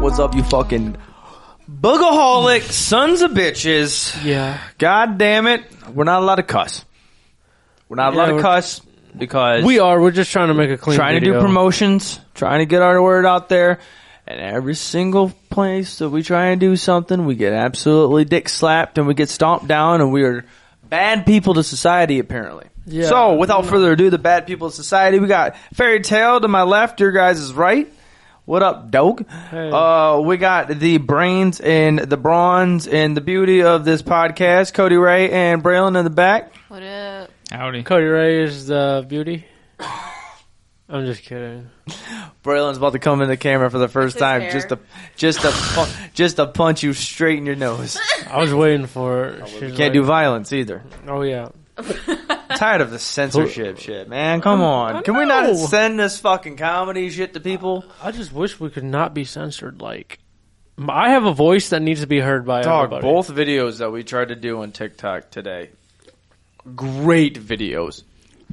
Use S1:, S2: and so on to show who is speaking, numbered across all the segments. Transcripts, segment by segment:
S1: what's up, you fucking bugaholic sons of bitches.
S2: Yeah.
S1: God damn it. We're not allowed to cuss. We're not
S2: Yeah,
S1: allowed to
S2: we're-
S1: cuss because
S2: We are. We're just trying to make a clean.
S1: trying to
S2: video.
S1: do promotions, trying to get our word out there. And every single place that we try and do something, we get absolutely dick slapped and we get stomped down and we are bad people to society apparently.
S2: Yeah.
S1: So without further ado, the bad people of society, we got Fairy Tale to my left, your guys is right. What up, dog?
S2: Hey.
S1: Uh, we got the brains and the bronze and the beauty of this podcast, Cody Ray and Braylon in the back.
S3: What up?
S4: Howdy.
S2: Cody Ray is the beauty. I'm just kidding.
S1: Braylon's about to come in the camera for the first
S3: his
S1: time
S3: hair.
S1: just to just to pu- just to punch you straight in your nose.
S2: I was waiting for. it. She's
S1: Can't do violence either.
S2: like, Oh yeah.
S1: tired of the censorship shit, man. Come on, can we
S2: know.
S1: not send this fucking comedy shit to people?
S2: I just wish we could not be censored. Like, I have a voice that needs to be heard by
S1: Dog,
S2: everybody.
S1: both videos that we tried to do on TikTok today, great videos.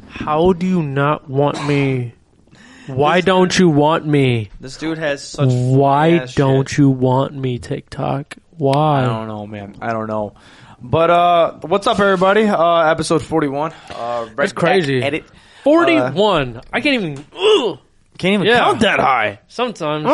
S2: How do you not want me? Why don't you want me?
S1: This dude has such.
S2: Why
S1: ass shit.
S2: don't you want me? TikTok. Why?
S1: I don't know, man. I don't know. But uh, what's up, everybody? Uh, episode forty-one. Uh, Red
S2: That's crazy.
S1: Back Edit.
S2: Forty-one. I can't even. Ugh.
S1: Can't even
S2: Yeah.
S1: count that high.
S2: Sometimes.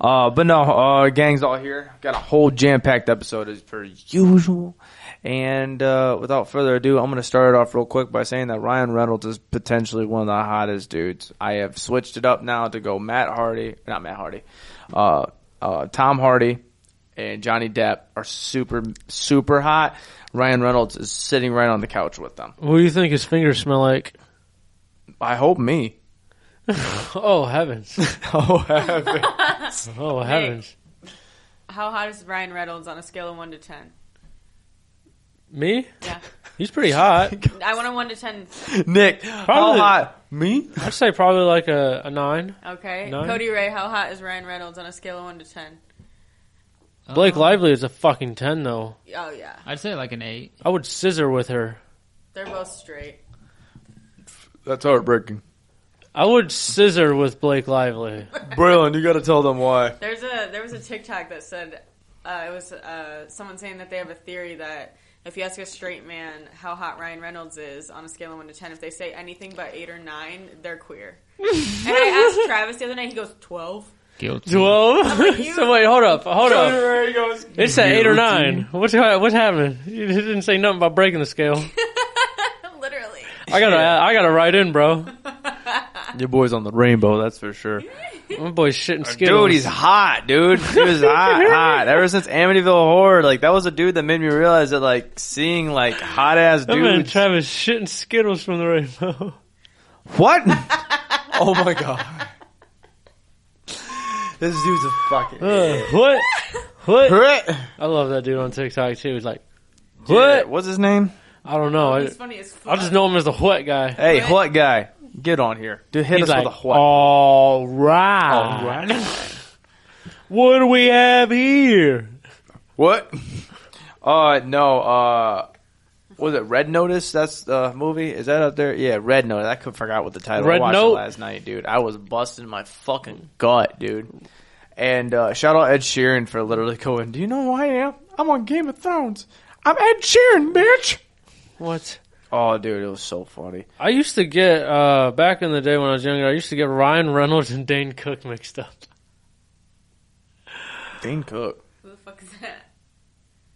S1: Uh, but no, uh, gang's all here. Got a whole jam-packed episode as per usual. And uh, without further ado, I'm gonna start it off real quick by saying that Ryan Reynolds is potentially one of the hottest dudes. I have switched it up now to go Matt Hardy, not Matt Hardy, uh, uh, Tom Hardy, and Johnny Depp are super super hot. Ryan Reynolds is sitting right on the couch with them.
S2: What do you think his fingers smell like?
S1: I hope me.
S2: Oh heavens!
S1: oh heaven.
S2: Oh heavens!
S3: How hot is Ryan Reynolds on a scale of one to ten?
S2: Me?
S3: Yeah,
S2: He's pretty hot.
S3: I want a one to ten.
S1: Nick,
S2: Probably-
S1: how hot? Me?
S2: I'd say probably like a, a nine.
S3: Okay,
S2: Nine?
S3: Cody Ray, how hot is Ryan Reynolds on a scale of one to ten?
S2: Blake Lively is a fucking ten though.
S3: Oh yeah,
S4: I'd say like an eight.
S2: I would scissor with her.
S3: they're both straight.
S1: That's heartbreaking.
S2: I would scissor with Blake Lively.
S1: Braylon, you gotta tell them why.
S3: There's a there was a TikTok that said uh, it was uh, someone saying that they have a theory that if you ask a straight man how hot Ryan Reynolds is on a scale of one to ten, if they say anything but eight or nine, they're queer. and I asked Travis the other night, he goes twelve.
S4: Guilty.
S2: Twelve.
S3: you-
S2: so wait, hold up, hold up. It's at eight or nine. What's what's happening? You didn't say nothing about breaking the scale.
S3: Literally.
S2: I gotta I gotta write in, bro.
S1: Your boy's on the rainbow, that's for sure.
S2: My boy's shitting skittles.
S1: Dude, he's hot, dude. He was hot, hot. Ever since Amityville Horror, like that was a dude that made me realize that like seeing like hot ass
S2: That man
S1: dudes.
S2: Travis shitting skittles from the rainbow.
S1: what? oh my god. This dude's a fucking
S2: Uh, what? What?
S1: What?
S2: I love that dude on TikTok too. He's like,
S1: Dude,
S2: what?
S1: What's his name?
S2: I don't know. I,
S3: He's funny as fuck.
S2: I just know him as the what guy.
S1: Hey,
S3: What?
S1: what guy? Get on here. Dude, hit
S2: He's
S1: us
S2: like,
S1: with a what?
S2: all right. What do we have here?
S1: What? Uh, no. Uh, was it Red Notice? That's the movie. Is that up there? Yeah, Red Notice. I could forgot what the title. I
S2: Red
S1: watched
S2: Note?
S1: it last night, dude. I was busting my fucking gut, dude. And uh, shout out Ed Sheeran for literally going. Do you know who I am? I'm on Game of Thrones. I'm Ed Sheeran, bitch.
S2: What?
S1: Oh, dude, it was so funny.
S2: I used to get uh, back in the day when I was younger. I used to get Ryan Reynolds and Dane Cook mixed up.
S1: Dane Cook.
S3: Who the fuck is that?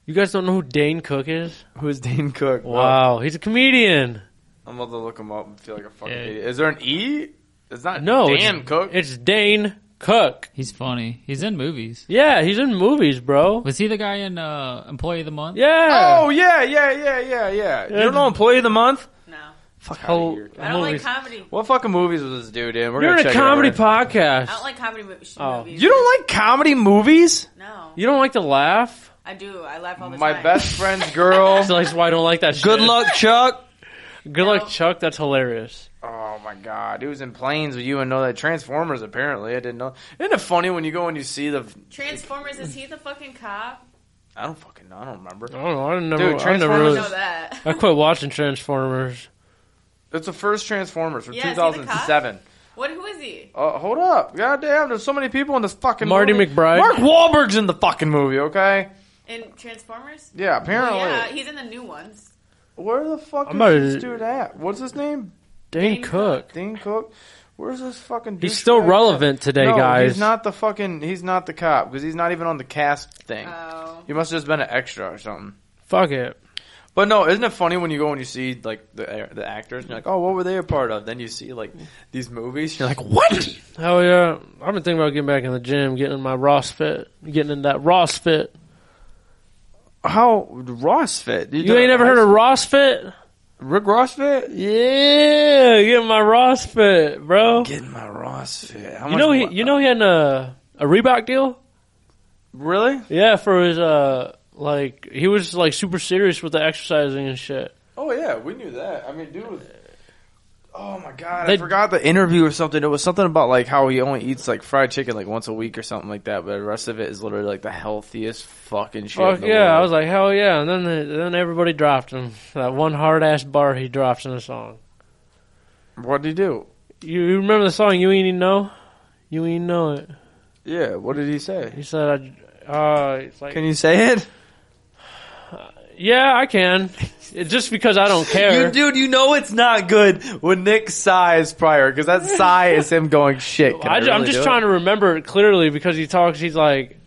S2: You guys don't know who Dane Cook is?
S1: Who's Dane Cook?
S2: Wow, he's a comedian.
S1: I'm about to look him up and feel like a fucking
S4: Yeah.
S1: idiot. Is there an E? It's not
S2: No,
S1: Dan
S2: it's,
S1: Cook.
S2: It's Dane Cook.
S4: He's funny. He's in movies.
S2: Yeah, he's in movies, bro.
S4: Was he the guy in uh, Employee of the Month?
S2: Yeah.
S1: Oh yeah, yeah, yeah, yeah, yeah. You don't know Employee of the Month?
S3: No.
S1: Fuck
S2: Whole-
S1: outta here.
S3: I don't
S2: movies.
S3: like comedy.
S1: What fucking movies was this dude in? We're
S2: You're
S1: gonna
S2: in a
S1: check it
S2: comedy
S1: out right
S2: podcast.
S3: I don't like comedy movies.
S2: Oh.
S1: now. You don't like comedy movies?
S3: No.
S2: You don't like to laugh?
S3: I do. I laugh all the
S1: My
S3: time.
S1: best friend's girl.
S2: So that's why I don't like that shit.
S1: Good luck, Chuck.
S2: Good luck, Chuck. That's hilarious.
S1: Oh my god, he was in planes with you and know that Transformers. Apparently, I didn't know. Isn't it funny when you go and you see the?
S3: Transformers, is he the fucking cop?
S1: I don't fucking know. I don't remember.
S2: I don't know. I never,
S1: Dude,
S2: I never
S1: Transformers-
S3: I
S2: really.
S3: know that.
S2: I quit watching Transformers.
S1: It's the first Transformers from
S3: Yeah, is he the cop?
S1: 2007.
S3: What? Who is he?
S1: Uh, hold up. God damn, there's so many people in this fucking
S2: Marty
S1: movie.
S2: McBride.
S1: Mark Wahlberg's in the fucking movie, okay?
S3: In Transformers?
S1: Yeah, apparently.
S3: Yeah, he's in the new ones.
S1: Where the fuck
S2: I'm
S1: is
S2: about
S1: this
S2: to-
S1: dude at? What's his name?
S2: Dane Cook.
S1: Dean Cook? Where's this fucking
S2: He's still
S1: douchebag?
S2: relevant today,
S1: no,
S2: guys.
S1: He's not the fucking, he's not the cop because he's not even on the cast thing.
S3: Oh,
S1: he must have just been an extra or something.
S2: Fuck it.
S1: But no, isn't it funny when you go and you see like the the actors and you're like, oh, what were they a part of? Then you see like these movies, and you're like, what?
S2: Hell yeah. I've been thinking about getting back in the gym, getting in my Ross fit, getting in that Ross fit.
S1: How Ross fit?
S2: You ain't ever heard of Ross fit?
S1: Rick Ross fit?
S2: Yeah, getting my Ross fit, bro.
S1: Getting my Ross fit. How
S2: You know he,
S1: wa-
S2: you know he had a a Reebok deal.
S1: really?
S2: Yeah, for his uh, like he was like super serious with the exercising and shit.
S1: Oh yeah, we knew that. I mean, dude. was- Oh my god, I
S2: They-
S1: forgot the interview or something. It was something about like how he only eats like fried chicken like once a week or something like that, but the rest of it is literally like the healthiest fucking shit.
S2: Fuck
S1: in the
S2: yeah! I
S1: world.
S2: was like, hell yeah! And then the, then everybody dropped him. That one hard ass bar he drops in the song.
S1: what did he do?
S2: You, you remember the song? You ain't even know. You ain't know it.
S1: Yeah, what did he say?
S2: He said, I, "Uh, it's like,
S1: Can you say it?
S2: yeah, I can." It, just because I don't care.
S1: You, dude, you know it's not good when Nick sighs prior because that sigh is him going shit. Can I,
S2: I, am just trying to remember it clearly because he talks. He's like,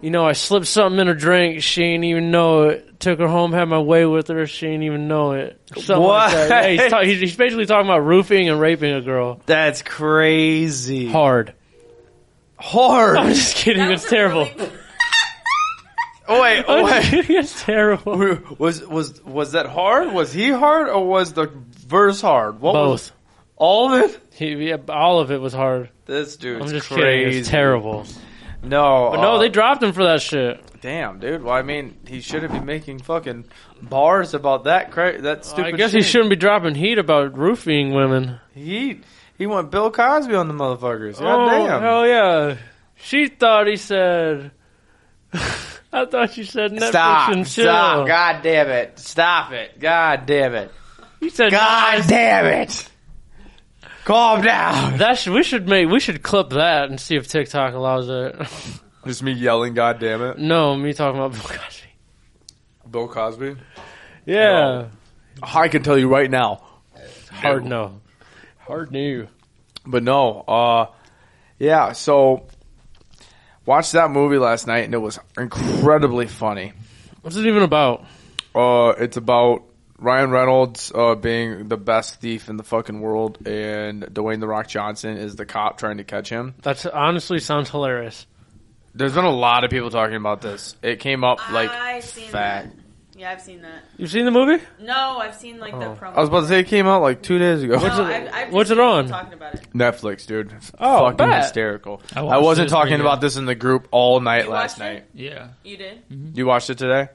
S2: you know, I slipped something in her drink. She ain't even know it. Took her home, had my way with her. She ain't even know it. Something like that.
S1: What?
S2: Yeah, he's, ta- he's, he's basically talking about roofing and raping a girl.
S1: That's crazy.
S2: Hard. I'm
S1: Hard.
S2: just kidding. It's terrible.
S1: Oh, wait,
S2: I'm
S1: oh,
S2: just
S1: wait.
S2: kidding, it's terrible.
S1: Was was was that hard? Was he hard or was the verse hard? What was-
S2: Both.
S1: all of it.
S2: He, yeah, all of it was hard.
S1: This dude's
S2: I'm just
S1: crazy.
S2: kidding. It's terrible.
S1: No,
S2: But no,
S1: uh,
S2: they dropped him for that shit.
S1: damn dude. Well, I mean, he shouldn't be making fucking bars about that cra- that stupid.
S2: I guess he
S1: shit.
S2: shouldn't be dropping heat about roofing women.
S1: He he went Bill Cosby on the motherfuckers.
S2: oh,
S1: God damn.
S2: hell yeah. She thought he said. I thought you said Netflix
S1: Stop!
S2: and chill.
S1: Stop! God damn it! Stop it! God damn it!
S2: You said
S1: God
S2: nice.
S1: damn it! Calm down.
S2: That should, we should make we should clip that and see if TikTok allows it.
S1: Just me yelling. God damn it!
S2: no, me talking about Bill Cosby.
S1: Bill Cosby.
S2: Yeah,
S1: I can tell you right now.
S2: hard no, hard no.
S1: But no, uh, yeah. So watched that movie last night, and it was incredibly funny.
S2: What's it even about?
S1: Uh, it's about Ryan Reynolds uh, being the best thief in the fucking world, and Dwayne the Rock Johnson is the cop trying to catch him.
S2: That's honestly sounds hilarious.
S1: There's been a lot of people talking about this. It came up like
S3: I've seen
S1: fat.
S3: that. Yeah, I've seen that.
S2: You've seen the movie?
S3: No, I've seen like the promo.
S1: I was about to say it came out like two days ago.
S3: No, I've- I've just
S2: Oh. what's it
S3: seen people
S2: on?
S3: Talking about it.
S1: Netflix, dude. It's
S2: Oh,
S1: fucking
S2: bet.
S1: hysterical. I,
S4: I
S1: wasn't
S4: watched it. It's pretty
S1: talking
S4: good.
S1: about this in the group all night
S3: You
S1: last
S3: watched it?
S1: night.
S4: Yeah.
S3: You did?
S1: You watched it today?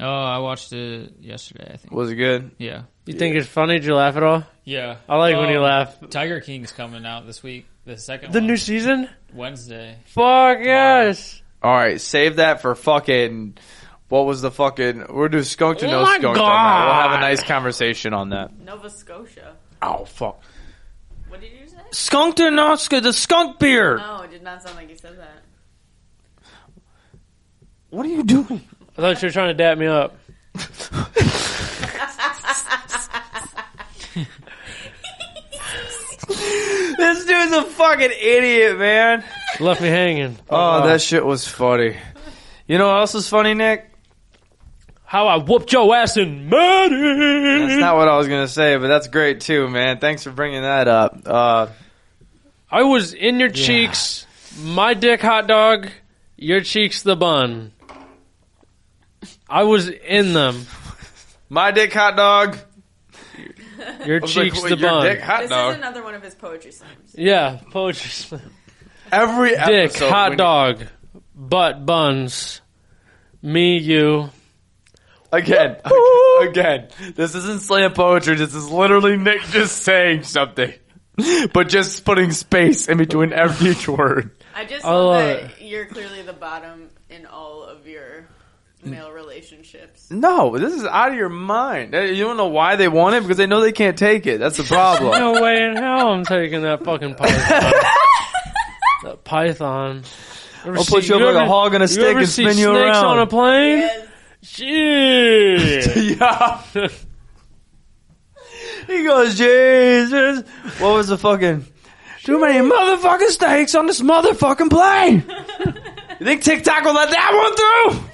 S4: Oh, I watched it yesterday. I think.
S1: Was it good?
S4: Yeah.
S2: You think it's funny? Did you laugh at all?
S4: Yeah.
S2: I like when you
S4: Um,
S2: laugh.
S4: Tiger King's coming out this week. The second
S2: The
S4: one,
S2: new season?
S4: Wednesday.
S2: Fuck yes.
S1: All right, save that for fucking. What was the fucking? We're doing skunk to
S2: Oh
S1: no
S2: my
S1: skunk. On that. We'll have a
S2: God.
S1: nice conversation on that.
S3: Nova Scotia.
S1: Oh fuck!
S3: What did you say?
S1: Skunk to no skunk. The skunk beer.
S3: No, it did not sound like you said that.
S1: What are you doing?
S2: I thought you were trying to dap me up.
S1: this dude's a fucking idiot, man.
S2: Left me hanging.
S1: Oh, that shit was funny. You know what else is funny, Nick?
S2: How I whooped your ass in Madden.
S1: That's not what I was gonna say, but that's great too, man. Thanks for bringing that up. Uh,
S2: I was in your cheeks, my dick hot dog, your cheeks the bun. I was in them,
S1: my dick hot dog.
S2: your
S1: I was like,
S2: cheeks
S1: wait,
S2: the
S1: your
S2: bun.
S1: dick hot
S3: This
S1: dog.
S3: is another one of his poetry slams.
S2: yeah, poetry. slam.
S1: Every
S2: Dick
S1: episode
S2: hot
S1: when-
S2: dog, butt buns. Me, you.
S1: Again, again. This isn't slam poetry. This is literally Nick just saying something, but just putting space in between every each word.
S3: I just
S2: I
S1: Oh, uh,
S3: love
S2: love
S3: that you're clearly the bottom in all of your male relationships.
S1: No, this is out of your mind. Uh, You don't know why they want it because they know they can't take it. That's the problem.
S2: No way in hell I'm taking that fucking python. that python. Ever
S1: I'll put you up like a hog on a stick
S2: ever
S1: and
S2: see
S1: spin you
S2: snakes
S1: around.
S2: on a plane?
S3: Yes.
S2: Shit.
S1: yeah. He goes, Jesus. What was the fucking? Too many motherfucking snakes on this motherfucking plane. you think TikTok will let that one through?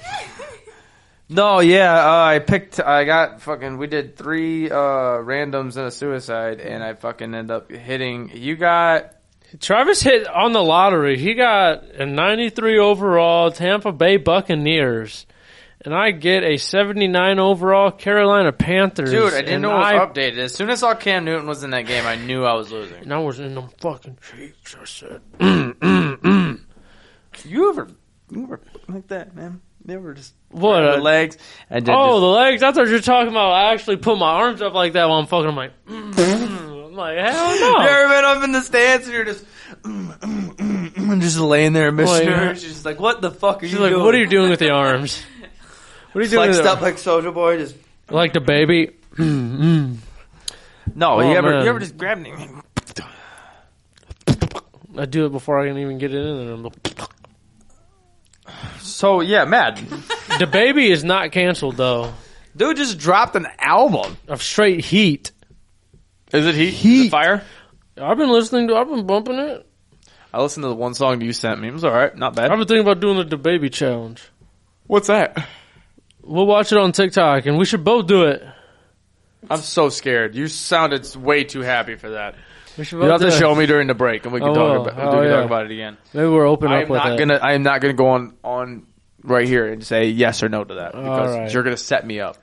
S1: No, yeah, uh, I picked. I got fucking. We did three uh, randoms and a suicide, and I fucking end up hitting. You got
S2: Travis hit on the lottery. He got a 93 overall Tampa Bay Buccaneers. And I get a 79 overall Carolina Panthers.
S1: dude. I didn't
S2: and
S1: know it was
S2: I,
S1: updated. As soon as I saw Cam Newton was in that game, I knew I was losing.
S2: And I was in them fucking cheeks. I said,
S1: You ever, you ever like that, man? You ever just
S2: what?
S1: the
S2: a-
S1: legs and then
S2: oh,
S1: just-
S2: the legs. I thought you were talking about I actually put my arms up like that while I'm fucking. I'm like, mm, I'm like, hell no.
S1: You ever been up in the stands and you're just mm, mm, mm, mm, just laying there,
S2: Well,
S1: Mister?
S2: yeah.
S1: She's just like, "What the fuck are
S2: She's
S1: you
S2: like,
S1: doing?"
S2: what are you doing with the arms? What are you
S1: It's
S2: doing?
S1: like
S2: with
S1: stuff
S2: the,
S1: like Soldier Boy? Just
S2: like the baby. Mm,
S1: no.
S2: Oh,
S1: you ever
S2: man.
S1: you ever just grab me?
S2: I do it before I can even get it in there. I'm like,
S1: So yeah, mad
S2: the baby is not canceled though.
S1: dude just dropped an album.
S2: Of straight heat.
S1: Is it heat?
S2: Heat.
S1: fire?
S2: I've been listening to. I've been bumping it.
S1: I listened to the one song you sent me. It was all right, not bad.
S2: I've been thinking about doing the the baby challenge.
S1: What's that?
S2: We'll watch it on TikTok, and we should both do it.
S1: I'm so scared. You sounded way too happy for that.
S2: We should
S1: You
S2: both
S1: have
S2: do
S1: to
S2: it.
S1: show me during the break, and we can
S2: I
S1: talk
S2: will.
S1: about
S2: Oh,
S1: we can
S2: yeah.
S1: talk about it again.
S2: Maybe we're open
S1: I
S2: up
S1: am
S2: with
S1: not
S2: it.
S1: gonna. I am not gonna go on on right here and say yes or no to that because
S2: right.
S1: you're gonna set me up.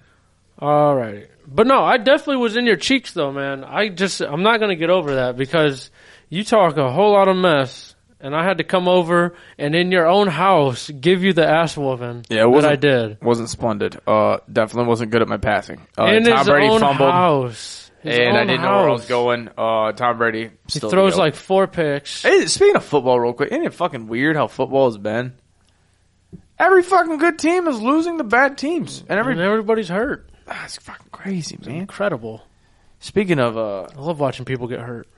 S2: All right. But no, I definitely was in your cheeks though, man. I just, I'm not going to get over that because you talk a whole lot of mess and I had to come over and in your own house give you the ass whooping.
S1: Yeah, it
S2: What
S1: wasn't-
S2: I did.
S1: Wasn't splendid. Uh, definitely wasn't good at my passing. Uh,
S2: in
S1: Tom
S2: his
S1: Brady
S2: own
S1: fumbled,
S2: house. His
S1: and I
S2: own
S1: didn't know where I was
S2: house.
S1: going. Uh, Tom Brady
S2: He
S1: still
S2: throws
S1: the goat.
S2: like four picks.
S1: Hey, speaking of football, real quick, isn't it fucking weird how football has been? Every fucking good team is losing the bad teams, and every
S2: and everybody's hurt.
S1: Ah, it's fucking crazy, man.
S2: Incredible.
S1: Speaking of uh,
S2: I love watching people get hurt.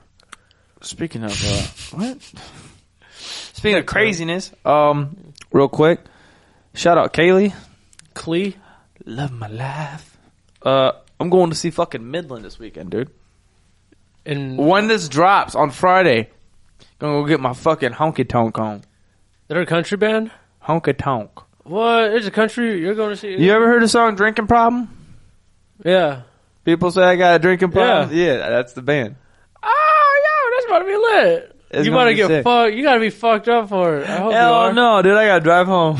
S1: Speaking of uh, what? Speaking of craziness, um, real quick, shout out Kaylee.
S2: Clee,
S1: Love my life. Uh, I'm going to see fucking Midland this weekend, dude.
S2: and
S1: When this drops on Friday, gonna go get my fucking honky tonk on.
S2: they're a country band.
S1: Honky tonk.
S2: What? It's a country. You're going to see.
S1: You ever heard the song "Drinking Problem"?
S2: yeah.
S1: People say I got a drinking problem. Yeah, that's the band.
S2: Oh, yeah, that's about to be lit.
S1: It's
S2: you
S1: gonna
S2: about to
S1: be
S2: get
S1: sick.
S2: fucked. You gotta be fucked up for it. I hope you
S1: Hell
S2: are.
S1: no, dude! I gotta drive home.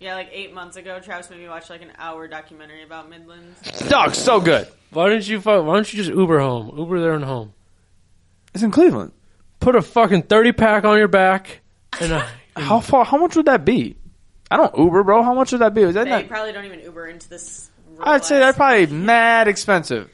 S3: Yeah, like eight months ago, Travis made me watch like an hour documentary about Midlands.
S1: Dog, so good.
S2: Why didn't you fuck? Why don't you just Uber home? Uber there and home.
S1: It's in Cleveland.
S2: Put a fucking thirty pack on your back, and uh, I,
S1: How far? How much would that be? I don't Uber, bro. How much would that be? Is that
S3: They
S1: not?
S3: probably don't even Uber into this. rural
S1: I'd say that's
S3: ass-
S1: probably mad expensive.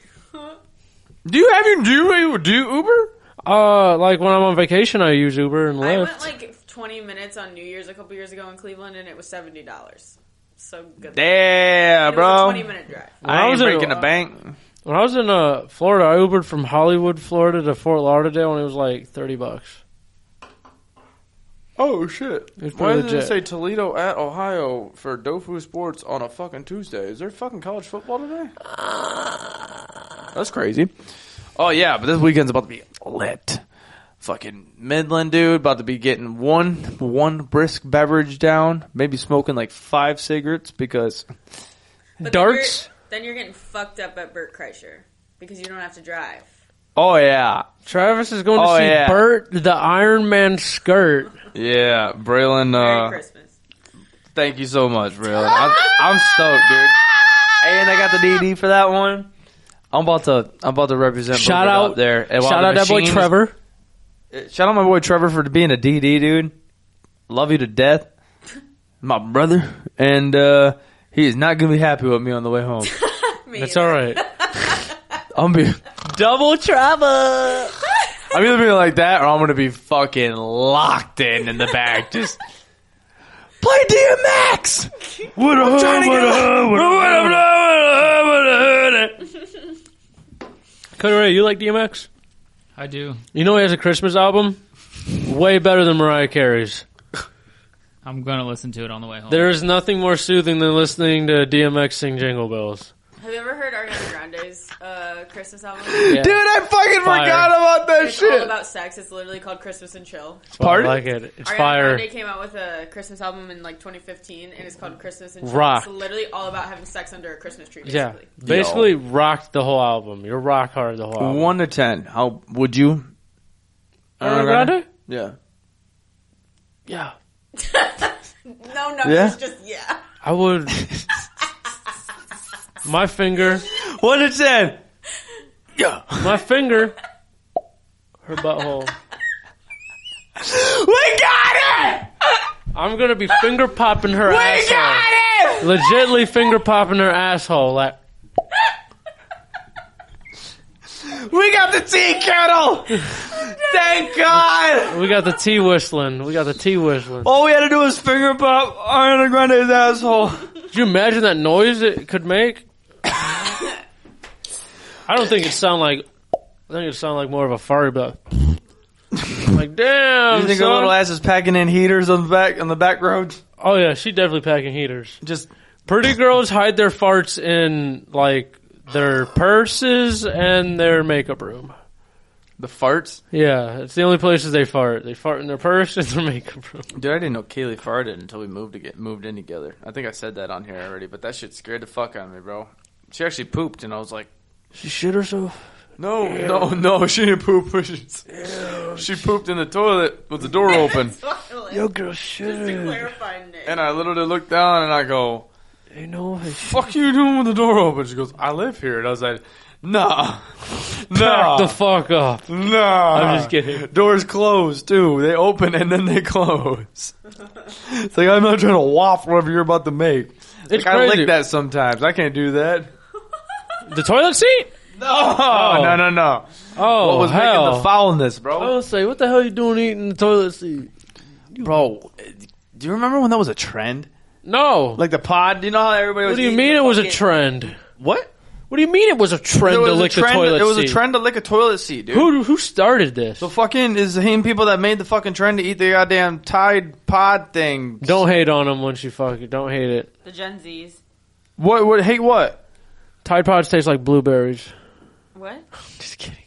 S1: Do you have your do you do Uber?
S2: uh, like when I'm on vacation, I use Uber and
S3: I
S2: Lyft.
S3: went like 20 minutes on New Year's a couple years ago in Cleveland, and it was seventy dollars. So good.
S1: Yeah,
S3: it was a
S1: bro.
S3: 20 minute drive.
S1: I
S2: I
S1: ain't
S2: was in-
S1: breaking a bank.
S2: when I was in uh, Florida, I Ubered from Hollywood, Florida, to Fort Lauderdale, and it was like thirty bucks.
S1: Oh shit!
S2: It's
S1: Why
S2: pretty
S1: does it
S2: legit.
S1: say Toledo at Ohio for Dofu Sports on a fucking Tuesday? Is there fucking college football today?
S2: Uh,
S1: That's crazy. Oh yeah, but this weekend's about to be lit. Fucking Midland dude, about to be getting one one brisk beverage down, maybe smoking like five cigarettes because
S3: But
S2: Darts?
S3: Then you're, then you're getting fucked up at Burt Kreischer because you don't have to drive.
S1: oh yeah,
S2: Travis is going to
S1: Oh,
S2: see
S1: yeah.
S2: Bert the Iron Man skirt.
S1: Yeah, Braylon.
S3: Merry
S1: Uh,
S3: Christmas.
S1: thank you so much, Braylon. I'm, I'm stoked, dude. And I got the DD for that one. I'm about to. I'm about to represent.
S2: Shout
S1: Boomer
S2: out-
S1: up there. And while
S2: Shout
S1: the
S2: out that boy
S1: machine-
S2: Trevor.
S1: uh, Shout out my boy Trevor for being a DD, dude. Love you to death, my brother. And uh, he is not gonna be happy with me on the way home.
S3: Me
S2: That's
S3: either.
S2: all right.
S1: I'm be double trouble. I'm either being like that or I'm gonna be fucking locked in in the back. Just Play DMX.
S2: What a
S1: trying to get a-
S2: Cody Ray, you like DMX?
S4: I do.
S2: You know he has a Christmas album? Way better than Mariah Carey's.
S4: I'm gonna listen to it on the way home.
S2: There is nothing more soothing than listening to DMX sing Jingle Bells.
S3: Have you ever heard Ariana Grande's uh, Christmas album?
S2: Yeah,
S1: Dude, I fucking
S2: Fire.
S1: forgot about that
S3: It's all
S1: Oh, shit.
S3: about sex. It's literally called Christmas and Chill.
S2: that's why I
S1: Pardon?
S2: like it. It's
S3: Ariana
S2: fire.
S3: Grande came out with a Christmas album in like 2015, and it's called Christmas and Chill.
S2: Rock.
S3: It's literally all about having sex under a Christmas tree.
S2: Yeah,
S3: Basically.
S2: basically rocked the whole album. You're rock hard the whole album.
S1: One to ten. How would you?
S2: Ariana Grande?
S1: Yeah.
S2: Yeah,
S3: No, no,
S1: Yeah?
S3: it's just yeah.
S2: I would. my finger,
S1: One to ten. Yeah.
S2: my finger, her butthole.
S1: We got it.
S2: I'm gonna be finger popping her
S1: We
S2: asshole.
S1: got it.
S2: Legitly finger popping her asshole. Like,
S1: We got the tea kettle. Thank God.
S2: we got the tea whistling. We got the tea whistling.
S1: All we had to do was finger pop Ariana Grande's asshole.
S2: Could you imagine that noise it could make? I don't think it sound like. I think it sound like more of a fart, but like damn.
S1: You think her
S2: son.
S1: little ass is packing in heaters on the back on the back roads?
S2: oh yeah, she definitely packing heaters.
S1: Just
S2: Pretty girls hide their farts in like their purses and their makeup room.
S1: the farts.
S2: Yeah, it's the only places they fart. They fart in their purse and their makeup room.
S1: Dude, I didn't know Kaylee farted until we moved to get moved in together. I think I said that on here already, but that shit scared the fuck out of me, bro. She actually pooped, and I was like,
S2: She shit herself.
S1: "No, no, no, she didn't poop. she pooped in the toilet with the door open."
S3: Violent.
S2: girl,
S3: Just to
S2: shit.
S3: clarify, Nick.
S1: And I literally looked down and I go,
S2: You know,
S1: "Fuck you doing with the door open?" She goes, "I live here," and I was like, "Nah,
S2: back the
S1: nah,
S2: fuck up.
S1: nah."
S2: I'm just kidding.
S1: Doors close too. They open and then they close. it's like I'm not trying to waft whatever you're about to make.
S2: It's
S1: Like, I
S2: crazy.
S1: lick that sometimes. I can't do that.
S2: The toilet seat?
S1: No, no, no, no.
S2: Oh,
S1: What was
S2: hell. Oh,
S1: making the foulness,
S2: I
S1: bro?
S2: was say, what the hell you doing eating the toilet seat?
S1: Bro, do you remember when that was a trend?
S2: No.
S1: Like the pod. You know how everybody was.
S2: what do you
S1: eating
S2: mean
S1: the
S2: it was a
S1: fucking-
S2: trend?
S1: What?
S2: What do you mean it was a trend
S1: There was
S2: to
S1: a
S2: lick
S1: trend.
S2: the toilet
S1: It was
S2: seat?
S1: a trend to lick a toilet seat, dude.
S2: Who who started this?
S1: The fucking is the same people that made the fucking trend to eat the goddamn Tide Pod thing.
S2: Don't hate on them once you fuck it. Don't hate it.
S3: the Gen Zs.
S1: what? What? Hate what?
S2: Tide Pods taste like blueberries.
S3: What?
S2: Just kidding.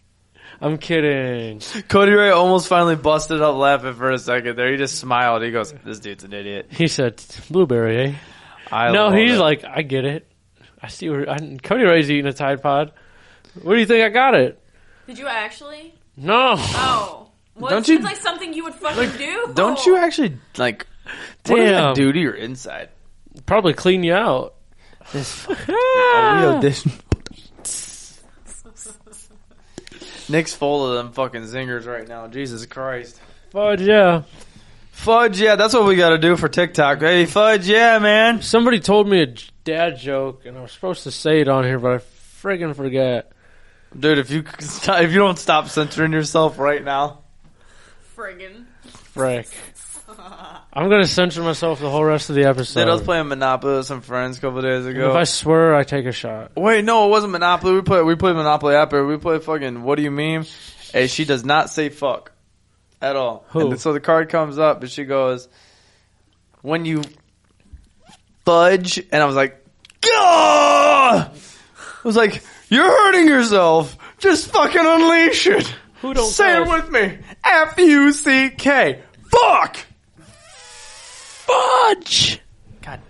S2: I'm kidding.
S1: Cody Ray almost finally busted up laughing for a second there. He just smiled. He goes, "This dude's an idiot."
S2: He said blueberry, eh?
S1: I
S2: no,
S1: love
S2: he's
S1: it.
S2: like, I get it. I see where I, Cody Ray's eating a Tide Pod. Where do you think I got it?
S3: Did you actually?
S2: No.
S3: Oh. Well,
S1: Don't
S3: it seems
S1: you-
S3: like something you would fucking do.
S1: "Don't you actually like?" What does
S2: Damn.
S1: that do to your inside?
S2: Probably clean you out.
S1: Oh,
S2: Ah.
S1: we auditioned. Nick's full of them fucking zingers right now. Jesus Christ.
S2: Fudge, yeah.
S1: Fudge, yeah, that's what we got to do for TikTok. Hey, fudge, yeah, man.
S2: Somebody told me a j- dad joke, and I was supposed to say it on here, but I friggin' forgot.
S1: Dude, if you if you don't stop censoring yourself right now,
S3: friggin'?
S2: Frick. I'm gonna censor myself the whole rest of the episode.
S1: dude, I was playing Monopoly with some friends a couple days
S2: if I
S1: ago.
S2: swear, I take a shot.
S1: Wait, no, it wasn't Monopoly. We played we played Monopoly after. We played fucking What do you mean? And she does not say fuck at all.
S2: Who?
S1: And so the card comes up and she goes, "When you fudge," and I was like, "Gah!" I was like, "You're hurting yourself. Just fucking unleash it."
S2: Who don't
S1: say it
S2: fudge?
S1: with me? F U C K. Fuck. Fudge. God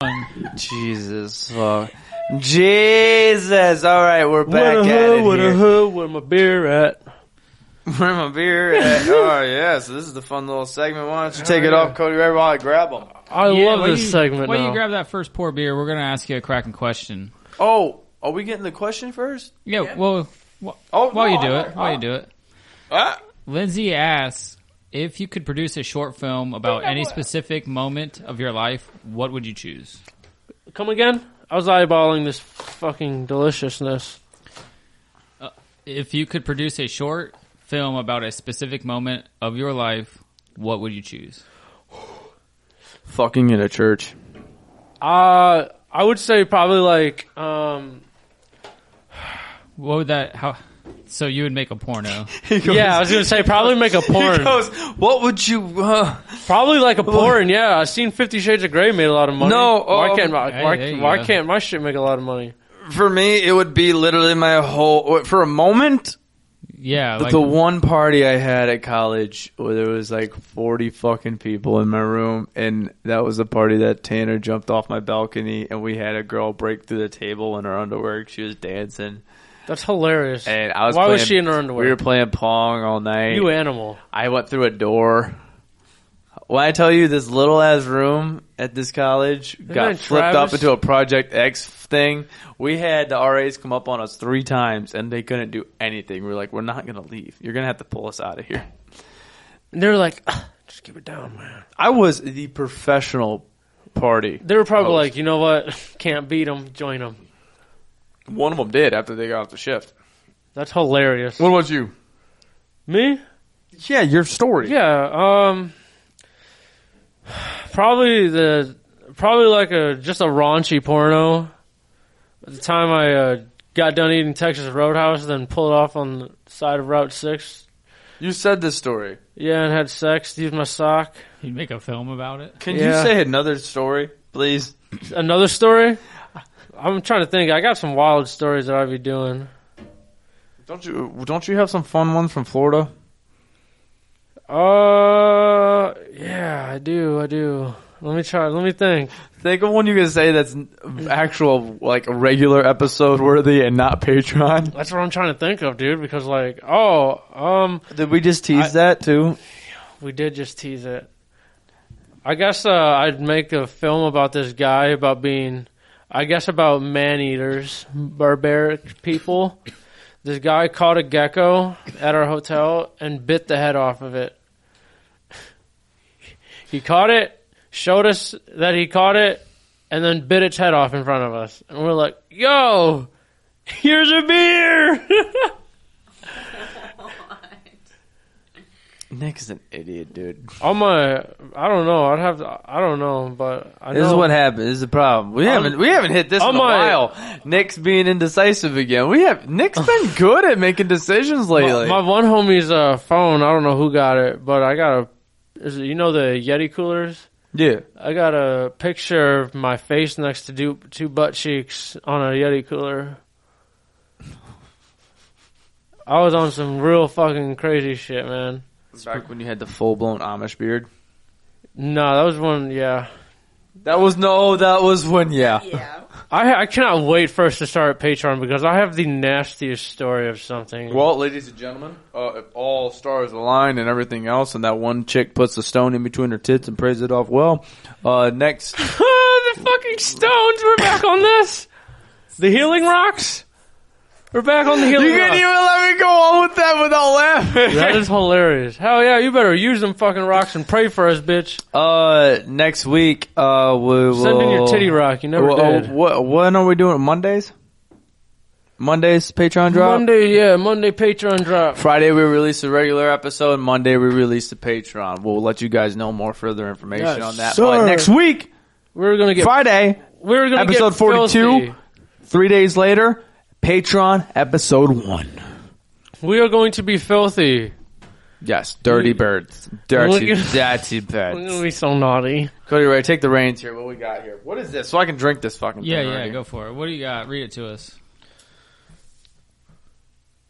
S1: damn. Jesus. Fuck. Jesus. All right, we're back at it
S2: what a hood, what a
S1: here.
S2: hood, where my beer at?
S1: Where my beer at? Oh yeah. So this is the fun little segment. Why don't you take it
S2: yeah.
S1: off, Cody? Right while I grab them.
S2: I
S4: Yeah,
S2: love
S4: why
S2: this
S4: you-
S2: segment
S4: Why
S2: now.
S4: you grab that first pour beer? We're gonna ask you a cracking question.
S1: Oh, are we getting the question first?
S4: Yeah.
S3: Yeah.
S4: Well, wh-
S1: Oh,
S4: while
S1: no,
S4: you do
S1: I-
S4: it, while you do it,
S1: Ah.
S4: Lindsay asks if you could produce a short film about any specific moment of your life. What would you choose?
S2: Come again? I was eyeballing this fucking deliciousness.
S4: If you could produce a short film about a specific moment of your life, what would you choose?
S1: Fucking in a church.
S2: Uh, I would say probably like um,
S4: What would that? How? So you would make a porno?
S2: yeah, I was gonna say probably make a
S1: He
S2: porn.
S1: goes, what would you? Uh,
S2: Probably like a porn, yeah. I seen Fifty Shades of Grey made a lot of money.
S1: No,
S2: why
S1: um,
S2: can't my,
S4: Hey,
S2: why,
S4: there you
S2: why
S4: go.
S2: can't my shit make a lot of money?
S1: for me, it would be literally my whole. For a moment,
S4: Yeah,
S1: But
S4: like
S1: the one party I had at college where there was like 40 fucking people in my room and that was the party that Tanner jumped off my balcony and we had a girl break through the table in her underwear. She was dancing
S2: That's hilarious.
S1: and I was
S2: why was
S1: playing-
S2: she in her underwear?
S1: We were playing pong all night.
S2: you animal.
S1: I went through a door. When I tell you this little ass room at this college got
S2: that
S1: flipped up
S2: Travis?
S1: into a Project X thing, we had the RAs come up on us three times and they couldn't do anything. We were like, we're not going to leave. You're going to have to pull us out of here.
S2: And they were like, "Ugh, just keep it down, man.
S1: I was the professional party.
S2: They were probably
S1: Oh.
S2: like, you know what? Can't beat them. Join them.
S1: One of them did after they got off the shift.
S2: That's hilarious.
S1: was you?
S2: Me?
S1: Yeah, your story.
S2: Yeah. Um. Probably the probably like a just a raunchy porno. By the time I uh, got done eating Texas Roadhouse, then pulled off on the side of Route Six.
S1: You said this story.
S2: Yeah, and had sex. Used my sock.
S4: you'd make a film about it.
S1: Can
S2: Yeah.
S1: you say another story, please?
S2: Another story. I'm trying to think. I got some wild stories that I'd be doing.
S1: Don't you don't you have some fun ones from Florida?
S2: Uh, yeah, I do. I do. Let me try. Let me think.
S1: Think of one you can say that's actual like regular episode worthy and not Patreon.
S2: That's what I'm trying to think of, dude. Because like, oh, um,
S1: Did we just tease
S2: I-
S1: that too?
S2: We did just tease it. I guess uh, I'd make a film about this guy about being, I guess about man eaters, barbaric people. This guy caught a gecko at our hotel and bit the head off of it. He caught it, showed us that he caught it, and then bit its head off in front of us. And we're like, "Yo, here's a beer."
S1: Nick is an idiot, dude.
S2: All my, I don't know. I'd have, to, I don't know, but I know.
S1: This is what happened. This is the problem. We haven't we haven't hit this
S2: I'm
S1: in a
S2: a-
S1: while. Nick's being indecisive again. We have Nick's been good at making decisions lately.
S2: My, my one homie's uh, phone, I don't know who got it, but I got a. Is it, you know the Yeti coolers?
S1: yeah.
S2: I got a picture of my face next to du- two butt cheeks on a Yeti cooler. I was on some real fucking crazy shit, man.
S1: Back when you had the full blown Amish beard.
S2: No, that was one. Yeah,
S1: That was no. That was when. Yeah.
S3: Yeah.
S2: I I cannot wait for us to start Patreon because I have the nastiest story of something.
S1: Well, ladies and gentlemen, uh, if all stars align and everything else, and that one chick puts the stone in between her tits and prays it off well, uh, next
S2: the fucking stones. We're back on this. The healing rocks. We're back on the healing. rocks.
S1: let me go on with that without laughing.
S2: That is hilarious. Hell yeah, you better use them fucking rocks and pray for us, bitch.
S1: Uh, next week, uh, we will
S2: Send in your titty rock. You never
S1: Well, uh,
S2: did.
S1: What? When are we doing? it? Mondays. Mondays Patreon drop.
S2: Monday, yeah, Monday Patreon drop.
S1: Friday we release a regular episode. Monday we release the Patreon. We'll let you guys know more further information
S2: Yes,
S1: on that.
S2: sir.
S1: But next week,
S2: We're gonna get.
S1: Friday,
S2: we're gonna
S1: episode
S2: get
S1: 42.
S2: filthy.
S1: three days later, Patreon episode one.
S2: We are going to be filthy.
S1: Yes, dirty birds,
S2: Look
S1: dirty,
S2: at-
S1: dirty
S2: We're gonna
S1: birds.
S2: be so naughty.
S1: Cody Ray, take the reins here. What we got here? What is this? So I can drink this fucking
S4: Yeah,
S1: thing.
S4: yeah,
S1: already.
S4: go for it. What do you got? Read it to us.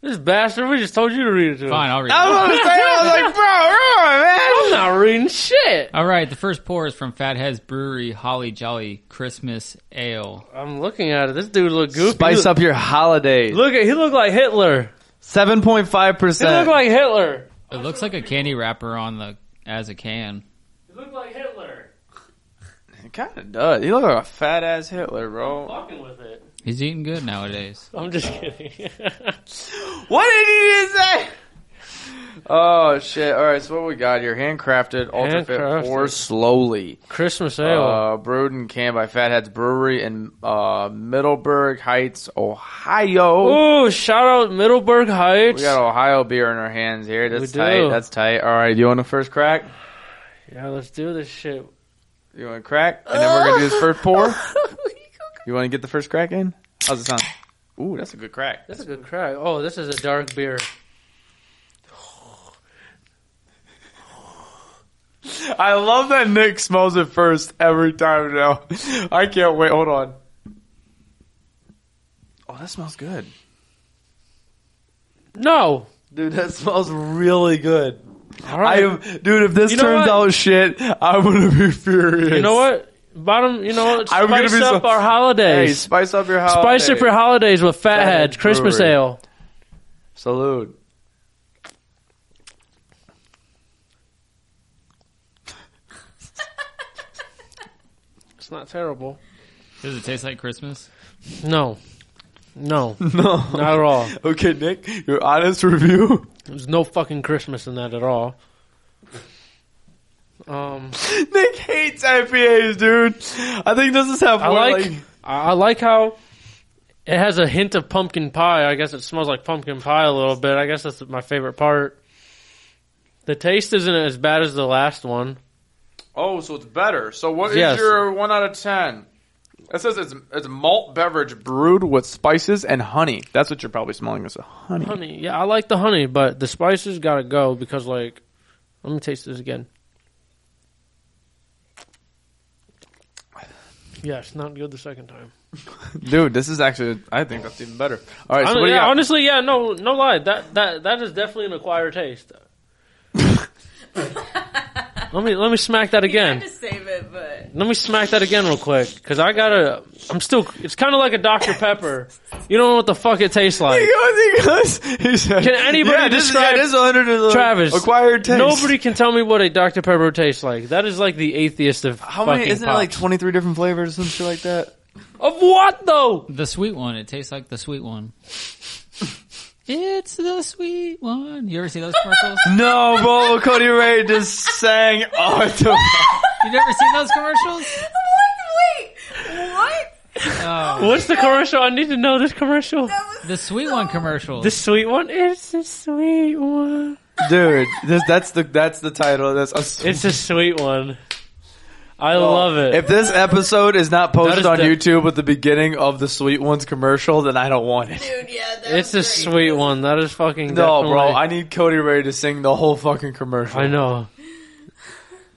S2: This bastard. We just told you to read it to
S4: Fine,
S2: us.
S4: I'll read
S1: I was
S4: it.
S1: gonna say, I was like, bro,
S2: I'm not reading shit.
S4: All right, the first pour is from Fathead's Brewery Holly Jolly Christmas Ale.
S2: I'm looking at it. This dude look
S1: man.
S2: goofy.
S1: Spice
S2: Look-
S1: up your holidays.
S2: Look at. He looked like Hitler.
S1: Seven point five
S2: He looked
S1: percent.
S2: like Hitler.
S4: It looks like a candy wrapper on the as a can.
S2: He looked like Hitler.
S1: It kind of does. You look like a fat ass Hitler, bro.
S2: Fucking with it.
S4: He's eating good nowadays.
S2: I'm just kidding.
S1: What did he just say? Oh shit! All right, so what we got here? Handcrafted, ultra
S2: Handcrafted.
S1: fit, pour slowly.
S2: Christmas ale.
S1: Uh, brewed and canned by Fatheads Brewery in uh, Middleburg Heights, Ohio.
S2: Ooh, shout out Middleburg Heights.
S1: We got Ohio beer in our hands here. That's
S2: We
S1: tight.
S2: do.
S1: That's tight. All right, you want the first crack?
S2: Yeah, let's do this shit.
S1: You want to crack, and then we're gonna do this first pour. You want to get the first crack in? How's it sound? Ooh, that's a good crack.
S2: That's a good crack. Oh, this is a dark beer.
S1: I love that Nick smells it first every time now. I can't wait. Hold on. Oh, that smells good,
S2: No.
S1: dude. That smells really good.
S2: All right.
S1: I, dude, if this
S2: You know
S1: turns
S2: what?
S1: out shit, I'm gonna be furious.
S2: you know what? Bottom, you know what?
S1: I'm gonna
S2: Spice
S1: be so-
S2: up our
S1: Hey,
S2: holidays.
S1: spice up your house.
S2: Spice up your holidays with
S1: Fathead
S2: Fathead Christmas
S1: Brewery.
S2: Ale.
S1: Salute.
S2: It's not terrible.
S4: Does it taste like Christmas?
S2: No. No.
S1: No.
S2: not at all.
S1: Okay, Nick, your honest review.
S2: There's no fucking Christmas in that at all. Um,
S1: Nick hates IPAs, dude. I think this is halfway.
S2: I like, I I like how it has a hint of pumpkin pie. I guess it smells like pumpkin pie a little bit. I guess that's my favorite part. The taste isn't as bad as the last one.
S1: Oh, so it's better. So what is
S2: Yes.
S1: your one out of ten? It says it's it's malt beverage brewed with spices and honey. That's what you're probably smelling is honey.
S2: Honey, yeah, I like the honey, but the spices gotta go because, like, let me taste this again. Yeah, it's not good the second time.
S1: Dude, this is actually I think that's even better. All right, so
S2: Hon-
S1: what do you
S2: yeah,
S1: got?
S2: honestly, yeah, no, no lie. That that that is definitely an acquired taste. let me let me smack that
S3: I
S2: again.
S3: had to save it, but
S2: Let me smack that again real quick because I gotta. I'm still. It's kind of like a Dr Pepper. You don't know what the fuck it tastes like.
S1: He goes, he goes, he said,
S2: Can anybody
S1: yeah, this, is-
S2: describe-
S1: yeah, this is under the
S2: Travis,
S1: acquired taste?
S2: Nobody can tell me what a Dr Pepper tastes like. That is like the atheist of
S1: How
S2: fucking
S1: many? Isn't it
S2: pop.
S1: like 23 different flavors or some shit like that?
S2: of what though?
S4: The sweet one. It tastes like the sweet one. It's the sweet one. You ever see those commercials?
S1: No, bro. Cody Ray just sang off the.
S4: You've never seen those commercials?
S3: what? Wait, what?
S4: Oh,
S2: What's the commercial? I need to know this commercial.
S3: That was
S4: the sweet one commercials.
S2: The sweet one. It's a sweet one.
S1: Dude, this, that's the that's the title of this. I'm so-
S2: It's a sweet one. I love it.
S1: If this episode is not
S2: That
S1: posted
S2: is
S1: on
S2: the-
S1: YouTube with the beginning of the Sweet Ones commercial, then I don't want it.
S3: dude. Yeah, that
S2: It's a
S3: was great.
S2: sweet one. That is fucking
S1: No, bro.
S2: definitely-
S1: I need Cody Ray to sing the whole fucking commercial.
S2: I know.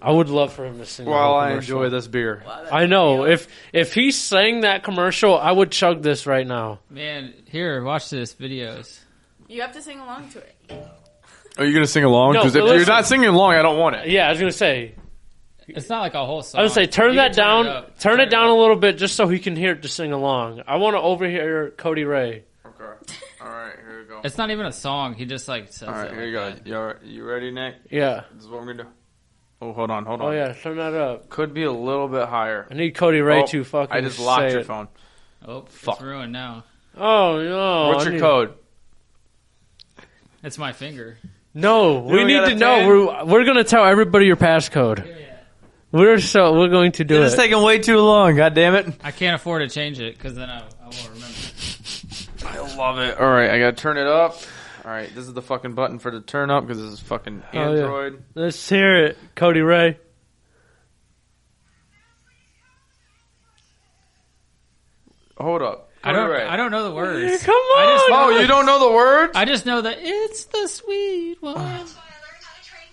S2: I would love for him to sing. the
S1: While
S2: whole
S1: I
S2: commercial.
S1: enjoy this beer.
S3: Wow, that
S2: I know.
S3: made me
S2: If if he sang that commercial, I would chug this right now.
S4: Man, here, watch this videos.
S3: laugh. you have to sing along to it.
S1: Are you gonna sing along?
S2: No,
S1: Because
S2: but
S1: if you're
S2: listen.
S1: not singing along, I don't want it.
S2: Yeah, I was gonna say.
S4: It's not like a whole song.
S2: I was gonna say turn
S4: You
S2: that
S4: can
S2: down.
S4: It
S2: Turn,
S4: up.
S2: it, down a little bit just so he can hear it to sing along. I want to overhear Cody Ray.
S1: Okay. All right. Here we go.
S4: It's not even a song. He just like says
S1: All right.
S4: it.
S1: Here you
S4: like
S1: go.
S4: that.
S1: You, are, you ready, Nick?
S2: Yeah.
S1: This is what we're gonna do. Oh, hold on. Hold on.
S2: Oh yeah. Turn that up.
S1: Could be a little bit higher.
S2: I need Cody Ray
S1: Oh,
S2: to fucking.
S1: I just locked
S2: say
S1: your
S2: it.
S1: phone.
S4: Oh,
S1: Fuck.
S4: it's ruined now.
S2: Oh no.
S1: What's
S2: I
S1: your
S2: need-
S1: code?
S4: It's my finger.
S2: No, we
S1: only
S2: need
S1: got
S2: to
S1: a
S2: know.
S1: 10?
S2: We're we're gonna tell everybody your passcode. We're so we're going to do
S1: It's
S2: it.
S1: taking way too long. God damn it.
S4: I can't afford to change it because then I, I won't remember.
S1: I love it. All right, I gotta turn it up. All right, this is the fucking button for the turn up because this is fucking
S2: Oh, yeah.
S1: Android.
S2: Let's hear it, Cody Ray.
S1: Hold up.
S4: I don't.
S1: Cody Ray.
S4: I don't know the words.
S2: Come
S4: I just-
S2: on.
S1: Oh, you don't know the words?
S4: I just know that it's the sweet one.
S5: That's why I learned how to train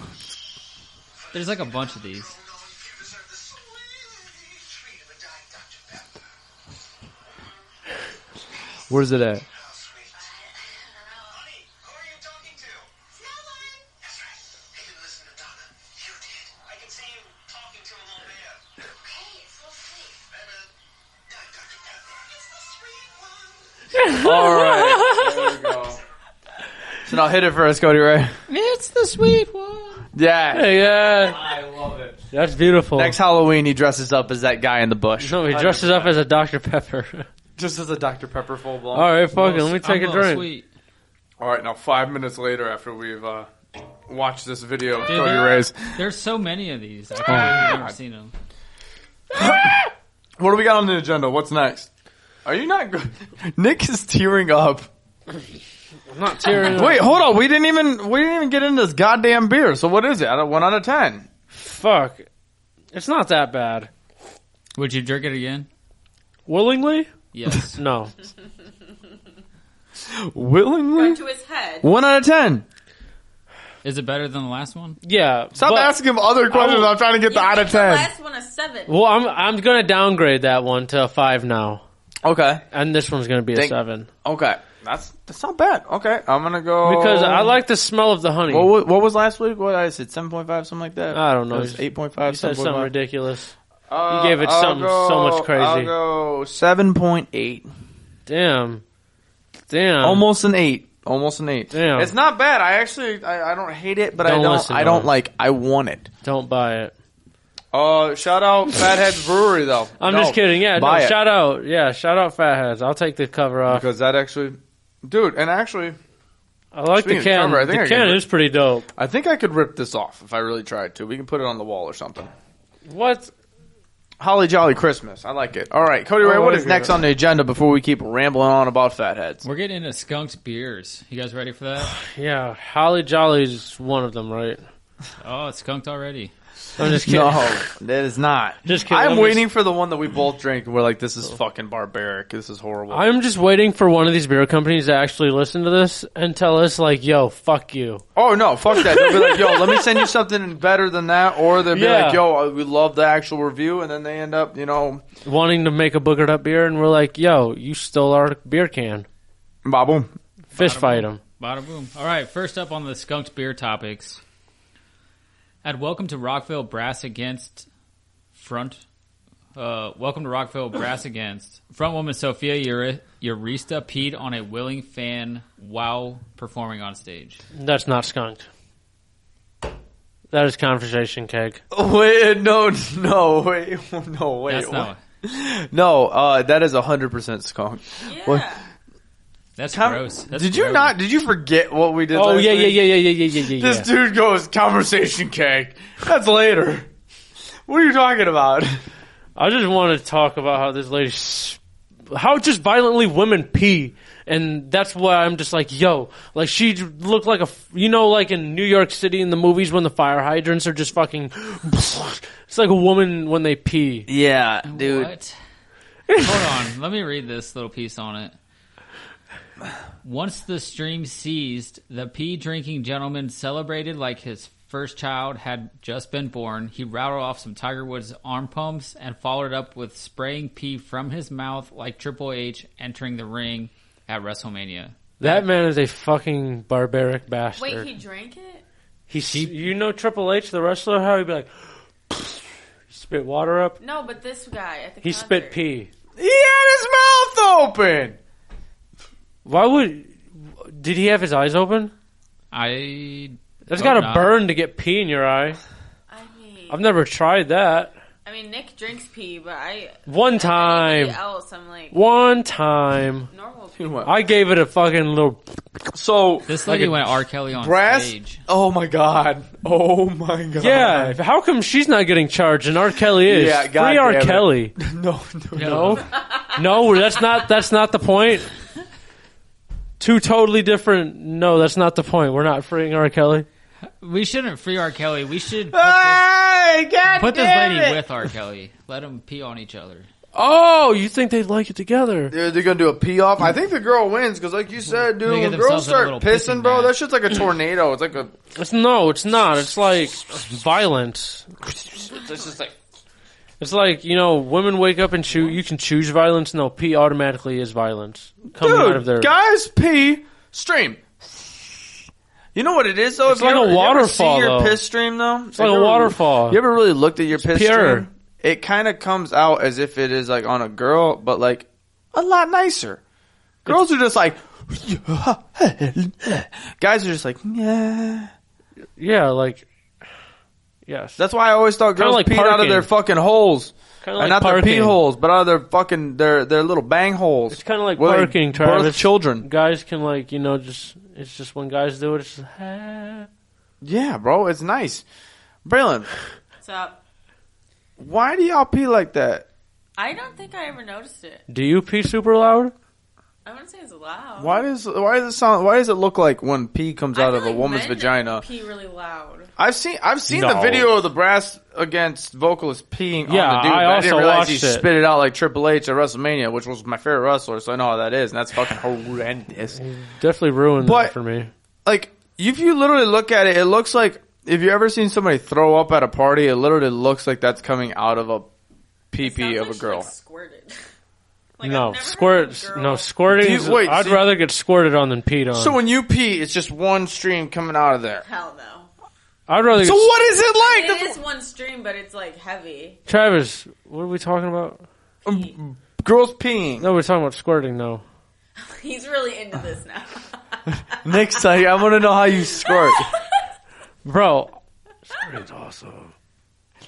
S5: possums.
S4: There's like a bunch of these.
S1: Where's it at?
S5: Honey, who are you talking to? No one. That's right. I didn't listen to Donna. You did. I can see you talking to a little man. Okay, it's so sweet. Not Dr.
S1: All right, there we go.
S5: Pepper. It's the sweet one.
S1: So now hit it for us, Cody Ray.
S4: It's the sweet one.
S1: Yeah,
S2: Yeah,
S1: I love it.
S2: that's beautiful.
S1: Next Halloween, he dresses up as that guy in the bush.
S2: no, he dresses up as a Dr. Pepper.
S1: just as a Dr Pepper full blown.
S2: All right, fucking. Let me
S4: I'm
S2: take a
S4: little
S2: drink.
S4: Sweet.
S1: All right. Now five minutes later, after we've uh, watched this video, of
S4: Dude,
S1: Cody
S4: they're-
S1: Ray's.
S4: There's so many of these. I can't believe I've never seen them.
S1: What do we got on the agenda? What's next? Are you not good? Nick is tearing up.
S2: I'm not tearing up.
S1: Wait, hold on. We didn't even we didn't even get into this goddamn beer. So what is it? Out of one out of ten.
S2: Fuck. It's not that bad.
S4: Would you drink it again?
S2: Willingly?
S4: Yes.
S2: No.
S3: Right
S1: Willingly.
S3: to his head.
S1: One out of ten.
S4: Is it better than the last one?
S2: Yeah.
S1: Stop
S2: but-
S1: asking him other questions. I'm trying to get the
S3: You
S1: out of
S3: gave the
S1: ten.
S3: last one a seven.
S2: Well, I'm I'm gonna downgrade that one to a five now,
S1: Okay.
S2: and this one's gonna be a
S1: Thank-
S2: seven
S1: Okay. That's that's not bad. Okay. I'm gonna go
S2: because I like the smell of the honey.
S1: Oh. What was, what was last week? What I said, seven point five, something like that.
S2: I don't know.
S1: It was eight point five.
S2: you said something ridiculous.
S1: Uh,
S2: You gave it
S1: I'll
S2: something
S1: go-
S2: so much crazy.
S1: I'll go seven point eight.
S2: Damn. Damn.
S1: Almost an eight. Almost an eight.
S2: Um, Damn.
S1: It's not bad. I actually I, I don't hate it, but I
S2: Don't
S1: don't
S2: listen
S1: I
S2: to
S1: don't
S2: him.
S1: like I want it.
S2: Don't buy it.
S1: Uh shout out Fathead Brewery though.
S2: I'm
S1: No,
S2: just kidding. Yeah. No,
S1: buy it.
S2: shout out. Yeah. Shout out Fatheads. I'll take the cover off.
S1: because that actually Dude, and actually
S2: I like
S1: Speaking
S2: the
S1: of
S2: can.
S1: cover, I think
S2: the
S1: I can
S2: can
S1: rip-
S2: is pretty dope.
S1: I think I could rip this off if I really tried to. We can put it on the wall or something.
S2: What?
S1: Holly Jolly Christmas. I like it. All right, Cody Ray,
S2: Oh,
S1: what
S2: I
S1: is
S2: agree.
S1: next on the agenda before we keep rambling on about fatheads?
S4: We're getting into skunked beers. You guys ready for that?
S2: Yeah. Holly Jolly's one of them, right?
S4: Oh, it's skunked already.
S2: I'm just kidding.
S1: No, that is not.
S2: Just kidding.
S1: I'm,
S2: I'm
S1: waiting for the one that we both drink and we're like, this is
S2: Oh.
S1: fucking barbaric. This is horrible.
S2: I'm just waiting for one of these beer companies to actually listen to this and tell us, like, yo, fuck you.
S1: oh, no, fuck that. They'll be like, yo, let me send you something better than that. Or they'll be
S2: Yeah.
S1: like, yo, uh, we love the actual review. And then they end up, you know,
S2: Wanting to make a boogered up beer, and we're like, yo, you stole our beer can.
S1: bah, boom.
S2: Fist fight him.
S4: Bada boom. All right, first up on the skunked beer topics. At welcome to Rockville Brass Against Front. Uh, welcome to Rockville Brass Against Front woman Sophia Uri- Urista peed on a willing fan while performing on stage.
S2: That's not skunked. That is conversation keg.
S1: Wait, no, no, wait, no, wait.
S4: That's not.
S1: No, uh, that is 100% skunk.
S3: yeah.
S1: What?
S4: That's
S1: Tom-
S4: gross. That's
S1: did you
S4: gross.
S1: not? Did you forget what we did?
S2: Oh
S1: last
S2: yeah, yeah,
S1: week?
S2: yeah, yeah, yeah, yeah, yeah, yeah.
S1: This dude goes conversation keg. That's later. What are you talking about?
S2: I just want to talk about how this lady, s- how just violently women pee, and that's why I'm just like, yo, like she j- looked like a, f- you know, like in New York City in the movies when the fire hydrants are just fucking, it's like a woman when they pee.
S1: Yeah,
S4: What? Hold on. Let me read this little piece on it. Once the stream ceased, the pea drinking gentleman celebrated like his first child had just been born. He rattled off some Tiger Woods arm pumps and followed up with spraying pee from his mouth like Triple H entering the ring at WrestleMania.
S2: That man is a fucking barbaric
S3: Wait,
S2: bastard.
S3: he drank it?
S2: he, you know Triple H, the wrestler, how he'd be like, spit water up.
S3: No, but this guy at the
S2: He spit
S3: concert.
S2: pee.
S1: He had his mouth open.
S2: Why would? Did he have his eyes open?
S4: I
S2: That's
S1: Oh,
S2: got
S4: Hope
S2: to
S4: not.
S2: burn to get pee in your eye.
S3: I mean,
S2: I've never tried that.
S3: I mean, Nick drinks pee, but I
S2: One
S3: everybody
S2: time.
S3: else, I'm like
S2: One time.
S3: normal. Pee.
S1: Anyway,
S2: I gave it a fucking little.
S1: So
S4: this lady went R. Kelly on
S1: brass.
S4: stage.
S1: Oh my god. Oh my god.
S2: Yeah. How come she's not getting charged and R. Kelly is?
S1: Yeah, God
S2: Free R.
S1: damn it.
S2: Kelly.
S1: No. No.
S2: No. no, that's not that's not the point. Two totally different. No, that's not the point. We're not freeing R. Kelly.
S4: We shouldn't free R. Kelly. We should put this,
S1: Hey, god
S4: put this
S1: Ah, damn
S4: lady
S1: it.
S4: with R. Kelly. Let them pee on each other.
S2: Oh, you think they'd like it together?
S1: Dude, they're gonna do a pee off. I think the girl wins because, like you said, dude,
S4: They get
S1: when girls
S4: themselves a
S1: start
S4: little
S1: pissing,
S4: pissing
S1: bro, that
S4: match.
S1: shit's like a tornado. It's like a.
S2: It's no, it's not. It's like violence.
S1: It's just like.
S2: It's like you know, women wake up and choose. You can choose violence. No, pee automatically is violence coming out of their.
S1: Dude, guys pee stream. You know what it is though.
S2: It's
S1: If you
S2: like a
S1: ever- you ever
S2: waterfall,
S1: see your
S2: though.
S1: piss stream though. It's
S2: like a waterfall.
S1: You ever really looked at your piss
S2: pure.
S1: stream? It kind of comes out as if it is like on a girl, but like a lot nicer. Girls are just like. Guys are just like, yeah.
S2: yeah, like yes,
S1: That's why I always thought
S2: Kinda
S1: girls
S2: like
S1: peed out of
S2: parking.
S1: their fucking holes,
S2: kind
S1: and not their pee holes, but out of their fucking their their little bang holes.
S2: It's kind of like
S1: where they
S2: parking,
S1: birth
S2: Travis.
S1: children.
S2: Guys can like you know just it's just when guys do it, it's just ah.
S1: Yeah, bro, it's nice. Braylon,
S3: What's up?
S1: why do y'all pee like that?
S3: I don't think I ever noticed it.
S2: do you pee super loud?
S3: I wouldn't say it's loud.
S1: Why does why does it sound? Why does it look like when pee comes
S3: I
S1: out
S3: feel
S1: of a
S3: like
S1: woman's
S3: men
S1: vagina?
S3: Pee really loud.
S1: I've seen I've seen the
S2: No.
S1: video of the brass against vocalist peeing
S2: Yeah,
S1: on the dude. but
S2: I
S1: I
S2: also
S1: didn't realize he
S2: watched it.
S1: spit it out like Triple H at WrestleMania, which was my favorite wrestler, so I know how that is, and that's fucking horrendous.
S2: Definitely ruined
S1: But-
S2: that for me.
S1: Like if you literally look at it, it looks like if you ever seen somebody throw up at a party, it literally looks like that's coming out of a pee
S3: Sounds
S1: pee of
S3: like
S1: a
S3: she,
S1: girl.
S3: Like, squirted. Like, I've
S2: no
S3: never heard of a
S2: squirts.
S3: girl-
S2: No squirting.
S1: Do you- wait,
S2: I'd
S1: so-
S2: rather get squirted on than peed on.
S1: so when you pee, it's just one stream coming out of there.
S3: Hell no.
S2: I'd rather.
S1: So
S2: get,
S1: what is it like?
S3: It is one stream, but it's like heavy.
S2: Travis, what are we talking about?
S1: Um, girls peeing.
S2: No, we're talking about squirting. No.
S3: He's really into this now.
S1: Next time, I want to know how you squirt.
S2: Bro. Squirting's awesome.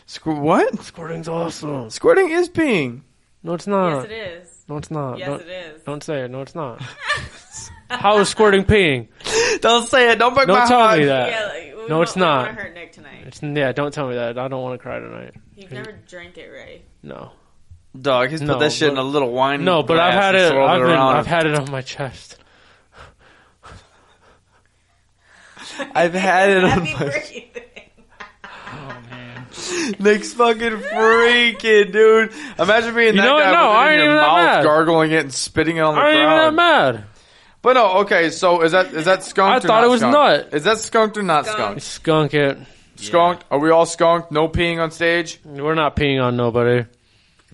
S1: Squ- what?
S2: Squirting's awesome.
S1: Squirting is peeing.
S2: No, it's not.
S3: yes, it is.
S2: No, it's not.
S3: Yes,
S2: don't,
S3: it is.
S2: don't say it. No, it's not. How is squirting peeing?
S1: Don't say it. Don't break
S2: Don't
S1: my
S2: tell
S1: heart.
S2: me that.
S3: Yeah, like, we
S2: no, it's
S3: I
S2: not.
S3: want to hurt Nick tonight.
S2: It's, yeah, don't tell me that. I don't want to cry tonight.
S3: You've never drank it, Ray.
S2: No.
S1: Dog, he's
S2: No,
S1: put that shit in a
S2: but-
S1: little wine.
S2: No, but I've
S1: glass
S2: had
S1: and
S2: it.
S1: swirled
S2: I've, been,
S1: around.
S2: I've had it on my chest.
S1: I've had it on
S3: Happy
S1: my.
S3: breathing.
S1: Nick's fucking freaking, dude. Imagine being
S2: You
S1: that
S2: know what?
S1: guy
S2: No,
S1: with it
S2: I
S1: in
S2: ain't
S1: your
S2: even that
S1: mouth,
S2: mad.
S1: gargling it and spitting it on the
S2: I ain't even that
S1: ground.
S2: mad.
S1: But no, okay. So is that is that skunked?
S2: I
S1: or
S2: thought
S1: not
S2: it was
S1: skunked?
S2: nut.
S1: Is that skunked or not
S3: Skunked.
S1: skunked?
S2: Skunk it.
S1: Skunked? Are we all skunked? No peeing on stage?
S2: We're not peeing on nobody.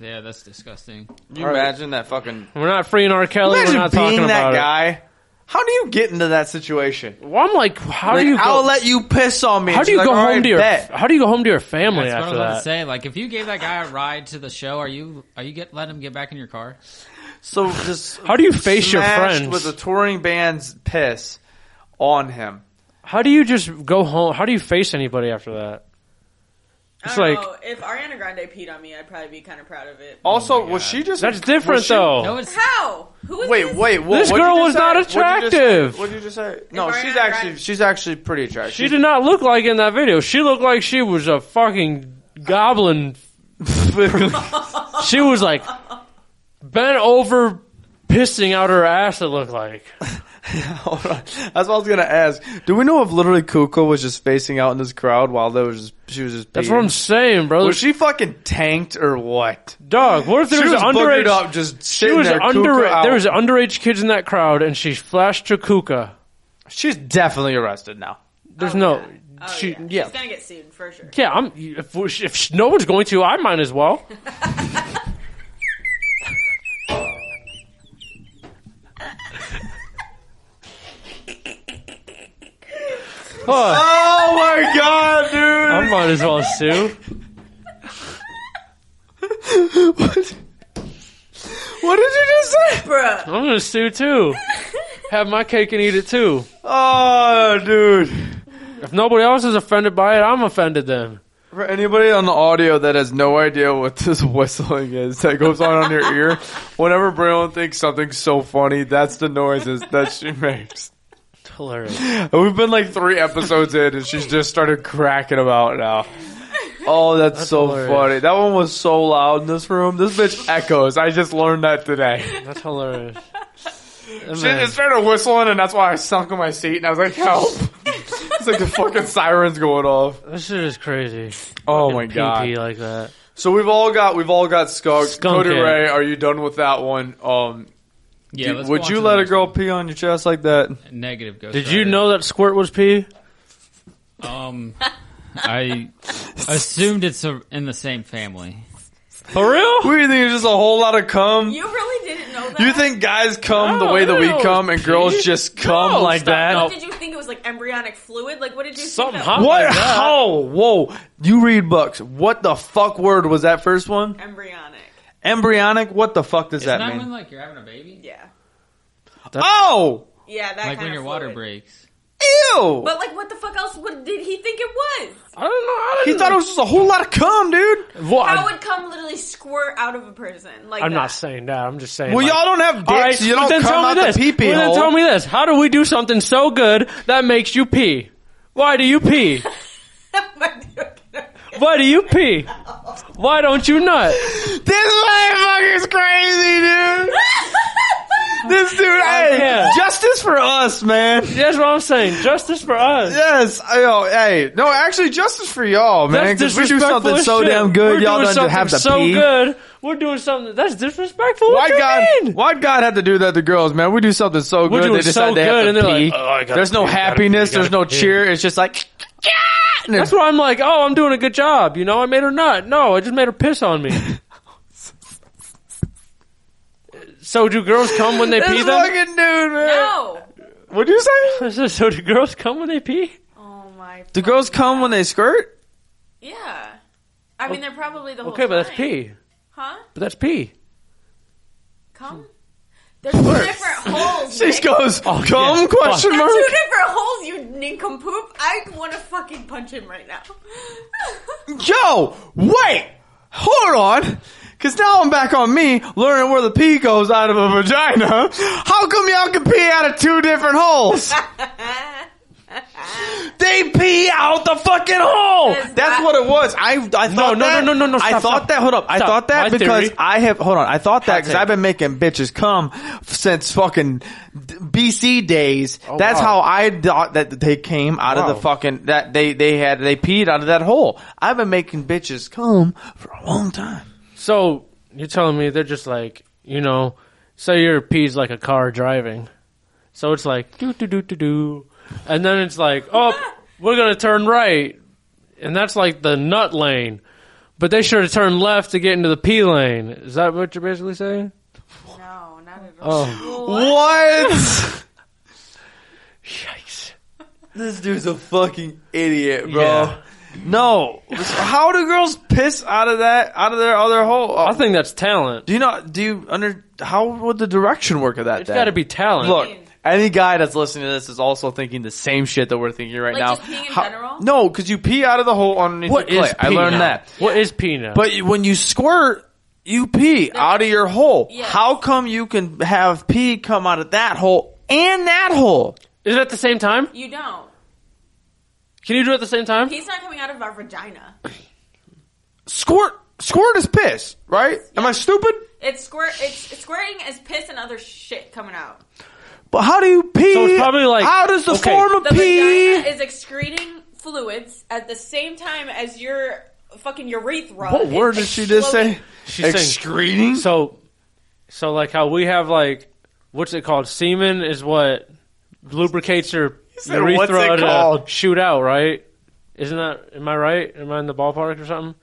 S4: Yeah, that's disgusting.
S1: You
S2: All right.
S1: imagine that fucking
S2: We're not freeing R. Kelly.
S1: Imagine
S2: We're not
S1: being
S2: talking
S1: that
S2: about
S1: guy. How do you get into that situation?
S2: it. Well, I'm like, how
S1: Like,
S2: do you go?
S1: I'll let you piss on me.
S2: how
S1: And
S2: do you
S1: she's
S2: go
S1: like, "All
S2: home
S1: right,
S2: to your?
S1: bet."
S2: How do you go home to your family
S4: That's
S2: after
S4: what I was about
S2: that?
S4: to say. Like, if you gave that guy a ride to the show, are you are you get let him get back in your car?
S1: So just
S2: How do you face your
S1: smashed
S2: friends?
S1: with a touring band's piss on him?
S2: How do you just go home? How do you face anybody after that?
S3: I
S2: It's
S3: don't
S2: like- Oh.
S3: know. If Ariana Grande peed on me, I'd probably be kind of proud of it.
S1: Also, was she just?
S2: That's
S1: was
S2: different,
S1: she-
S2: though.
S4: No, it's
S3: How? Who is
S1: Wait,
S3: this?
S1: wait. What,
S2: This
S1: what'd you
S2: girl
S1: just
S2: was
S1: say?
S2: not
S1: What'd you just-
S2: attractive.
S1: What did you just say? No,
S3: Ariana
S1: she's actually
S3: Grande-
S1: she's actually pretty attractive.
S2: She did not look like in that video. She looked like she was a fucking goblin. She was like bent over, pissing out her ass. It looked like.
S1: Hold on. That's what I was gonna ask. Do we know if literally Kuko was just facing out in this crowd while there was just, she was just?
S2: That's what I'm
S1: peeing?
S2: saying, bro.
S1: Was she fucking tanked or what?
S2: Dog, what if there
S1: she
S2: was,
S1: was boogered
S2: underage?
S1: up, just
S2: She
S1: sitting
S2: was
S1: there.
S2: under.
S1: Kuko out.
S2: There was underage kids in that crowd, and she flashed her kuka.
S1: She's definitely arrested now.
S2: There's
S3: Oh,
S2: no.
S3: yeah. Oh,
S2: she,
S3: yeah.
S2: yeah,
S3: He's gonna get sued for sure.
S2: Yeah, I'm. If, if sh- no one's going to, I might as well. Huh,
S1: Oh my god,
S2: I
S1: dude!
S2: might as well sue.
S1: what? what did you just say?
S3: Bruh.
S2: I'm gonna sue too. Have my cake and eat it too.
S1: Oh, dude.
S2: If nobody else is offended by it, I'm offended then.
S1: For anybody on the audio that has no idea what this whistling is that goes on on your ear, whenever Braylon thinks something's so funny, that's the noises that she makes.
S2: It's hilarious.
S1: And We've been like three episodes in, and she's just started cracking about now. Oh, that's, so
S2: hilarious.
S1: funny. That one was so loud in this room. This bitch echoes. I just learned that today.
S2: That's hilarious.
S1: She it started whistling, and that's why I sunk in my seat, and I was like, "Help!" it's like the fucking sirens going off.
S2: This shit is crazy.
S1: Oh my
S2: Pee-pee
S1: god!
S2: like that.
S1: So we've all got we've all got skunks.
S2: Skunk
S1: Cody
S2: it.
S1: Ray, are you done with that one? Um,
S4: yeah.
S1: do-
S4: let's go
S1: would
S4: on
S1: you
S4: to the
S1: let a
S4: next
S1: girl pee on your chest like that?
S4: one. negative? Ghost
S2: Did you
S4: Rider.
S2: know that squirt was pee?
S4: Um, I assumed it's a, in the same family.
S2: For real?
S1: What do you think? It's just a whole lot of cum. You,
S3: You really didn't know that.
S1: think guys cum
S2: No,
S1: the way that we
S2: ew,
S1: cum, and girls
S2: pee?
S1: just cum
S2: No,
S1: like
S2: stop.
S1: that?
S2: No.
S3: Did you think it was like embryonic fluid? Like, what did you
S2: Something
S3: think?
S2: hot
S3: That
S1: What?
S2: like that.
S1: How? Whoa! You read books. What the fuck word was that first one?
S3: Embryonic.
S1: Embryonic. What the fuck does
S4: Isn't
S1: that
S4: that
S1: mean?
S4: when like you're having a baby?
S3: Yeah.
S1: oh!
S3: Yeah, that
S4: Like
S3: kind
S4: when
S3: of
S4: your water
S3: fluid.
S4: breaks.
S1: Ew!
S3: But like, what the fuck else would, did he think it was?
S2: I don't know. I
S1: He
S2: didn't
S1: thought it was just a whole lot of cum, dude.
S2: know. Well,
S3: How
S2: I,
S3: would cum literally squirt out of a person? Like,
S2: I'm
S3: that?
S2: not saying that. I'm just saying.
S1: Well,
S2: like,
S1: y'all don't have dicks.
S2: all right,
S1: you
S2: but
S1: don't
S2: then
S1: come
S2: tell
S1: out
S2: me this.
S1: the pee pee
S2: well,
S1: hole.
S2: then tell me this. How do we do something so good that makes you pee? Why do you pee? Why do you pee? Why don't you nut?
S1: this motherfucker's crazy, dude. This dude,
S2: Oh,
S1: hey,
S2: can't.
S1: justice for us, man.
S2: That's what I'm saying. Justice for us.
S1: Yes, I, oh, hey, no, actually, justice for y'all, man.
S2: That's
S1: Because we do
S2: disrespectful
S1: something
S2: as
S1: so
S2: shit.
S1: damn good,
S2: We're
S1: y'all
S2: doing
S1: don't
S2: something
S1: have to
S2: so
S1: pee.
S2: good. We're doing something that's disrespectful.
S1: Why
S2: What you
S1: God?
S2: mean?
S1: Why God had to do that to girls, man? We do something so
S2: We're
S1: good,
S2: doing
S1: they decide
S2: so
S1: they have
S2: good,
S1: to
S2: and they're
S1: pee.
S2: like, "Oh, I gotta
S1: there's no
S2: pee, I gotta
S1: happiness.
S2: pee, I
S1: there's
S2: gotta
S1: no
S2: pee."
S1: cheer. It's just like, yeah. and
S2: That's why I'm like, oh, I'm doing a good job. You know, I made her nut. No, I just made her piss on me. so do girls come when they
S1: This
S2: pee? Then
S1: fucking dude, man.
S3: No.
S1: What'd you say?
S2: I said, so do girls come when they pee?
S3: Oh my.
S1: Do girls come when they skirt?
S3: Yeah. I mean, they're probably the whole
S2: Okay, but that's
S3: time.
S2: pee.
S3: Huh?
S2: But that's pee.
S3: Come? There's two different holes.
S1: She
S3: Nick.
S1: goes, come?
S2: Oh, yeah.
S1: Question
S3: There's
S1: mark.
S3: two different holes, you nincompoop. I want to fucking punch him right now.
S1: Yo, wait, hold on. Cause now I'm back on me learning where the pee goes out of a vagina. How come y'all can pee out of two different holes? they pee out the fucking hole.
S3: Is
S1: That's
S3: that-
S1: what it was. I I thought
S2: no, no,
S1: that-
S2: no, no, no,
S1: I
S2: stop,
S1: thought
S2: stop.
S1: that. Hold up. I
S2: Stop.
S1: thought that
S2: My
S1: because
S2: theory.
S1: I have. Hold on. I thought that
S2: Hot
S1: because
S2: take.
S1: I've been making bitches come since fucking BC days. That's
S2: Oh, wow.
S1: how how I thought that they came out of the
S2: Wow.
S1: fucking that they they had they peed out of that hole. I've been making bitches come for a long time.
S2: So you're telling me they're just like, you know, say your pee's like a car driving. So it's like do do do do do, and then it's like, oh, we're gonna turn right, and that's like the nut lane. But they should have turned left to get into the pee lane. Is that what you're basically saying?
S3: no, not at all.
S2: Oh,
S1: What?
S2: yikes!
S1: this dude's a fucking idiot, bro.
S2: Yeah.
S1: No, how do girls piss out of that out of their other hole?
S2: I think that's talent.
S1: do you not do you under how would the direction work of that?
S2: It's got to
S1: then?
S2: be talent.
S1: Look, any guy that's listening to this is also thinking the same shit that we're thinking right
S3: Like
S1: now.
S3: just peeing in
S1: How-
S3: general?
S1: No, because you pee out of the hole underneath
S2: what
S1: the
S2: is
S1: clit. I
S2: pee
S1: learned
S2: now?
S1: that.
S2: What is pee now?
S1: But you- when you squirt, you pee out of your hole.
S3: Yes.
S1: How come you can have pee come out of that hole and that hole?
S2: is it at the same time?
S3: You don't.
S2: Can you do it at the same time?
S3: He's not coming out of our vagina.
S1: Squirt, squirt is piss, right? Am I stupid?
S3: It's squirt. It's it's squirting is piss and other shit coming out.
S1: But how do you pee?
S2: So it's probably like-
S1: how does the
S2: okay.
S1: form of
S3: The
S1: pee?
S3: vagina is excreting fluids at the same time as your fucking urethra.
S1: what
S3: is
S1: word did she just
S3: exploding.
S1: say?
S2: She's saying-
S1: Excreting.
S2: So, so like how we have like, what's it called? Semen is what lubricates your
S1: said,
S2: urethra
S1: "What's it
S2: to
S1: called?"
S2: shoot out, right? Isn't that? Am I right? Am I in the ballpark or something?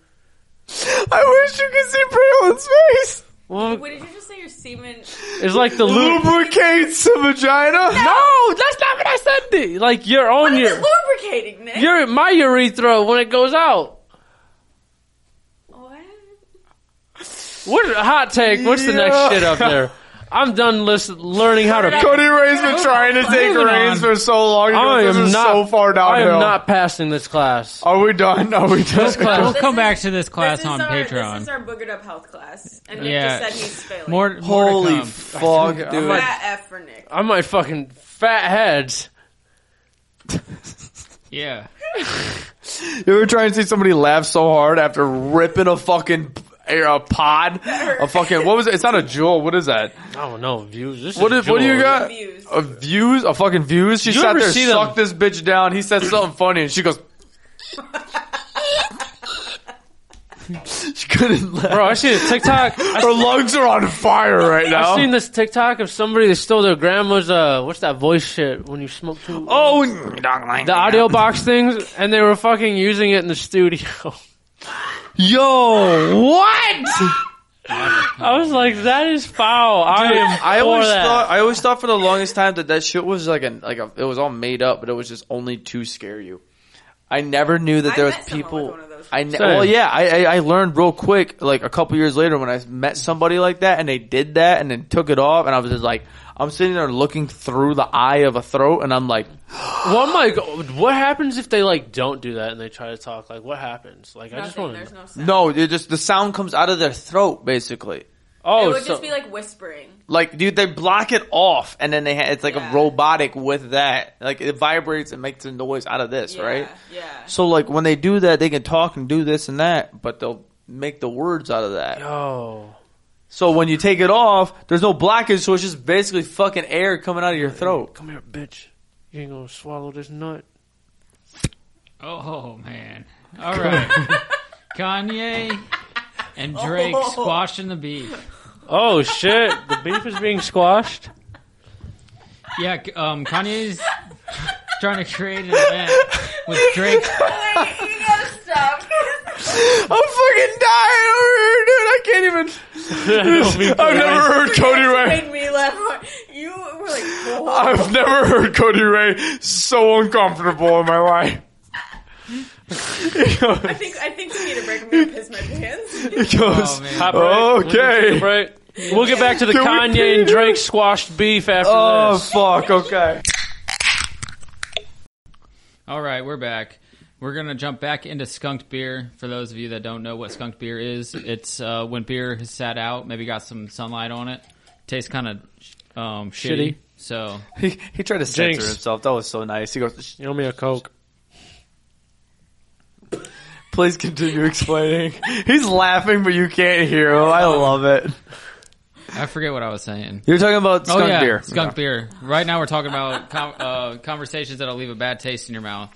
S1: I wish you could see Braylon's face.
S2: Well,
S3: What did you just say? Your semen.
S2: it's like the lube.
S1: Lubricates the vagina.
S2: No, that's not what I said. dude. Like your own
S3: What is
S2: your
S3: it lubricating, Nick?
S2: your my urethra when it goes out.
S3: what?
S2: What a hot take? What's the
S1: Yeah.
S2: next shit up there? I'm done listen, learning how to.
S3: Turn it up.
S1: Cody Ray's been trying to take
S4: Moving
S1: reins
S4: on.
S1: for so long.
S2: I
S1: this
S2: am
S1: is
S2: not
S1: so far
S2: I
S1: downhill.
S2: am not passing this class.
S1: Are we done? Are we done?
S4: class. We'll
S3: This
S4: come
S3: is-
S4: back to this class
S3: this is
S4: on
S3: our, This is
S4: Patreon.
S3: our boogered up health class, and Nick
S4: Yeah.
S3: just said he's failing.
S4: More, more to
S1: Holy
S4: come.
S1: fuck, dude.
S3: fat F for Nick.
S2: I might fucking fat heads.
S4: yeah.
S1: You ever try and see somebody laugh so hard after ripping a fucking a pod? A fucking, what was it? It's not a jewel. What is that?
S2: I don't know views. This
S1: What,
S2: is
S1: is, what do you
S2: jewelry.
S1: got?
S3: Views.
S2: Oh,
S1: A views? A fucking views? She
S2: You
S1: sat
S2: ever
S1: there,
S2: see them-
S1: sucked this bitch down. He said something funny and she goes. she couldn't laugh.
S2: Bro, I see a TikTok. I,
S1: Her lungs are on fire right now.
S2: have seen this TikTok of somebody that stole their grandma's uh, what's that voice shit when you smoke too?
S1: Oh, dog line.
S2: the audio box things, and they were fucking using it in the studio.
S1: Yo, what?
S2: I was like, that is foul. I am.
S1: I
S2: for
S1: always
S2: that.
S1: thought I always thought for the longest time that that shit was like an like a, it was all made up, but it was just only to scare you. I never knew that
S3: I
S1: there was
S3: met someone with
S1: people.
S3: one of those.
S1: I ne-
S2: Same.
S1: well, yeah, I, I I learned real quick, like a couple years later when I met somebody like that and they did that and then took it off, and I was just like, I'm sitting there looking through the eye of a throat, and I'm like,
S2: Well, I'm like, what happens if they like don't do that and they try to talk? Like, what happens? Like, I just
S3: Nothing.
S2: want
S3: There's
S2: to.
S3: no sound.
S1: no, it just the sound comes out of their throat basically.
S2: Oh,
S3: it would
S2: so,
S3: just be like whispering.
S1: Like, dude, they block it off, and then they ha- it's like
S3: Yeah.
S1: a robotic with that. Like, it vibrates and makes a noise out of this,
S3: Yeah,
S1: right?
S3: Yeah.
S1: So like when they do that, they can talk and do this and that, but they'll make the words out of that.
S2: oh,
S1: So when you take it off, there's no blockage, so it's just basically fucking air coming out of your throat.
S2: Come here, bitch. You ain't gonna swallow this nut.
S4: Oh man! All right, Kanye and Drake squashing the beef.
S2: Oh shit! the beef is being squashed.
S4: Yeah, um, Kanye's trying to create an event with Drake.
S3: Wait, you gotta stop.
S1: I'm fucking dying over here, dude. I can't even. I've never heard Cody Ray.
S3: made me laugh. hard. You were like,
S2: Ah.
S3: whoa.
S1: I've never heard Cody Ray so uncomfortable in my life. He
S3: I
S1: goes,
S3: think I think we need a break. I'm gonna piss my pants.
S1: he goes,
S4: Oh, man.
S2: Hot break.
S1: Okay.
S2: We'll get to the break. We'll get back to the
S1: Can we
S2: Kanye and
S1: pee?
S2: Drake squashed beef after
S1: oh
S2: this.
S1: fuck, okay.
S4: All right, we're back. We're gonna jump back into skunked beer. For those of you that don't know what skunked beer is, it's uh, when beer has sat out, maybe got some sunlight on it. Tastes kind of um,
S2: Shitty.
S4: shitty. So
S1: He, he tried to censor
S2: Jinx.
S1: himself. That was so nice. He goes, "Shh,
S2: You owe me a coke.
S1: please continue explaining. He's laughing, but you can't hear him. I love it.
S4: I forget what I was saying.
S1: You're talking about skunk
S4: oh yeah,
S1: beer.
S4: skunk beer. Right now we're talking about com- uh, conversations that'll leave a bad taste in your mouth.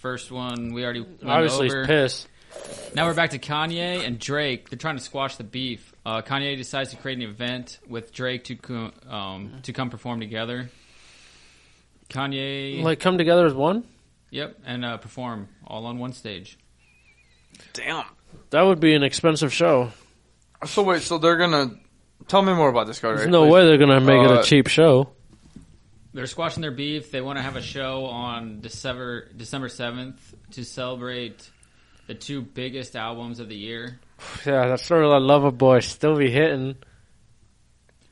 S4: First one we already went
S2: Obviously,
S4: over.
S2: it's piss.
S4: Now we're back to Kanye and Drake. They're trying to squash the beef. Uh, Kanye decides to create an event with Drake to co- um, to come perform together. Kanye,
S2: Like, come together as one?
S4: yep, and uh, perform all on one stage.
S1: Damn.
S2: That would be an expensive show.
S1: So wait, so they're gonna tell me more about this card?
S2: There's no way they're gonna make it
S1: Uh,
S2: a cheap show.
S4: They're squashing their beef. They want to have a show on December December seventh to celebrate the two biggest albums of the year.
S2: Yeah, that sort of love a boy still be hitting.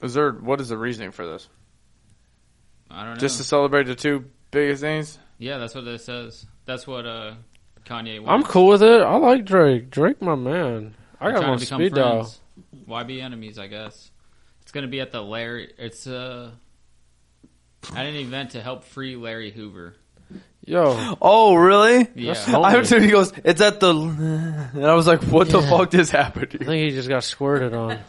S1: Is there what is the reasoning for this?
S4: I don't know.
S1: Just to celebrate the two biggest things?
S4: yeah, that's what this says. That's what uh, Kanye. Wants.
S2: I'm cool with it. I like Drake. Drake, my man. I got
S4: Trying
S2: him on
S4: to become
S2: speed dial.
S4: friends. Why be enemies? I guess it's gonna be at the Larry. It's uh, at an event to help free Larry Hoover.
S2: Yo,
S1: Oh, really?
S4: Yeah,
S2: That's
S1: I
S2: not-
S1: heard him, he goes, it's at the, and I was like, what the fuck just happened?
S2: I
S1: Here?
S2: think he just got squirted on.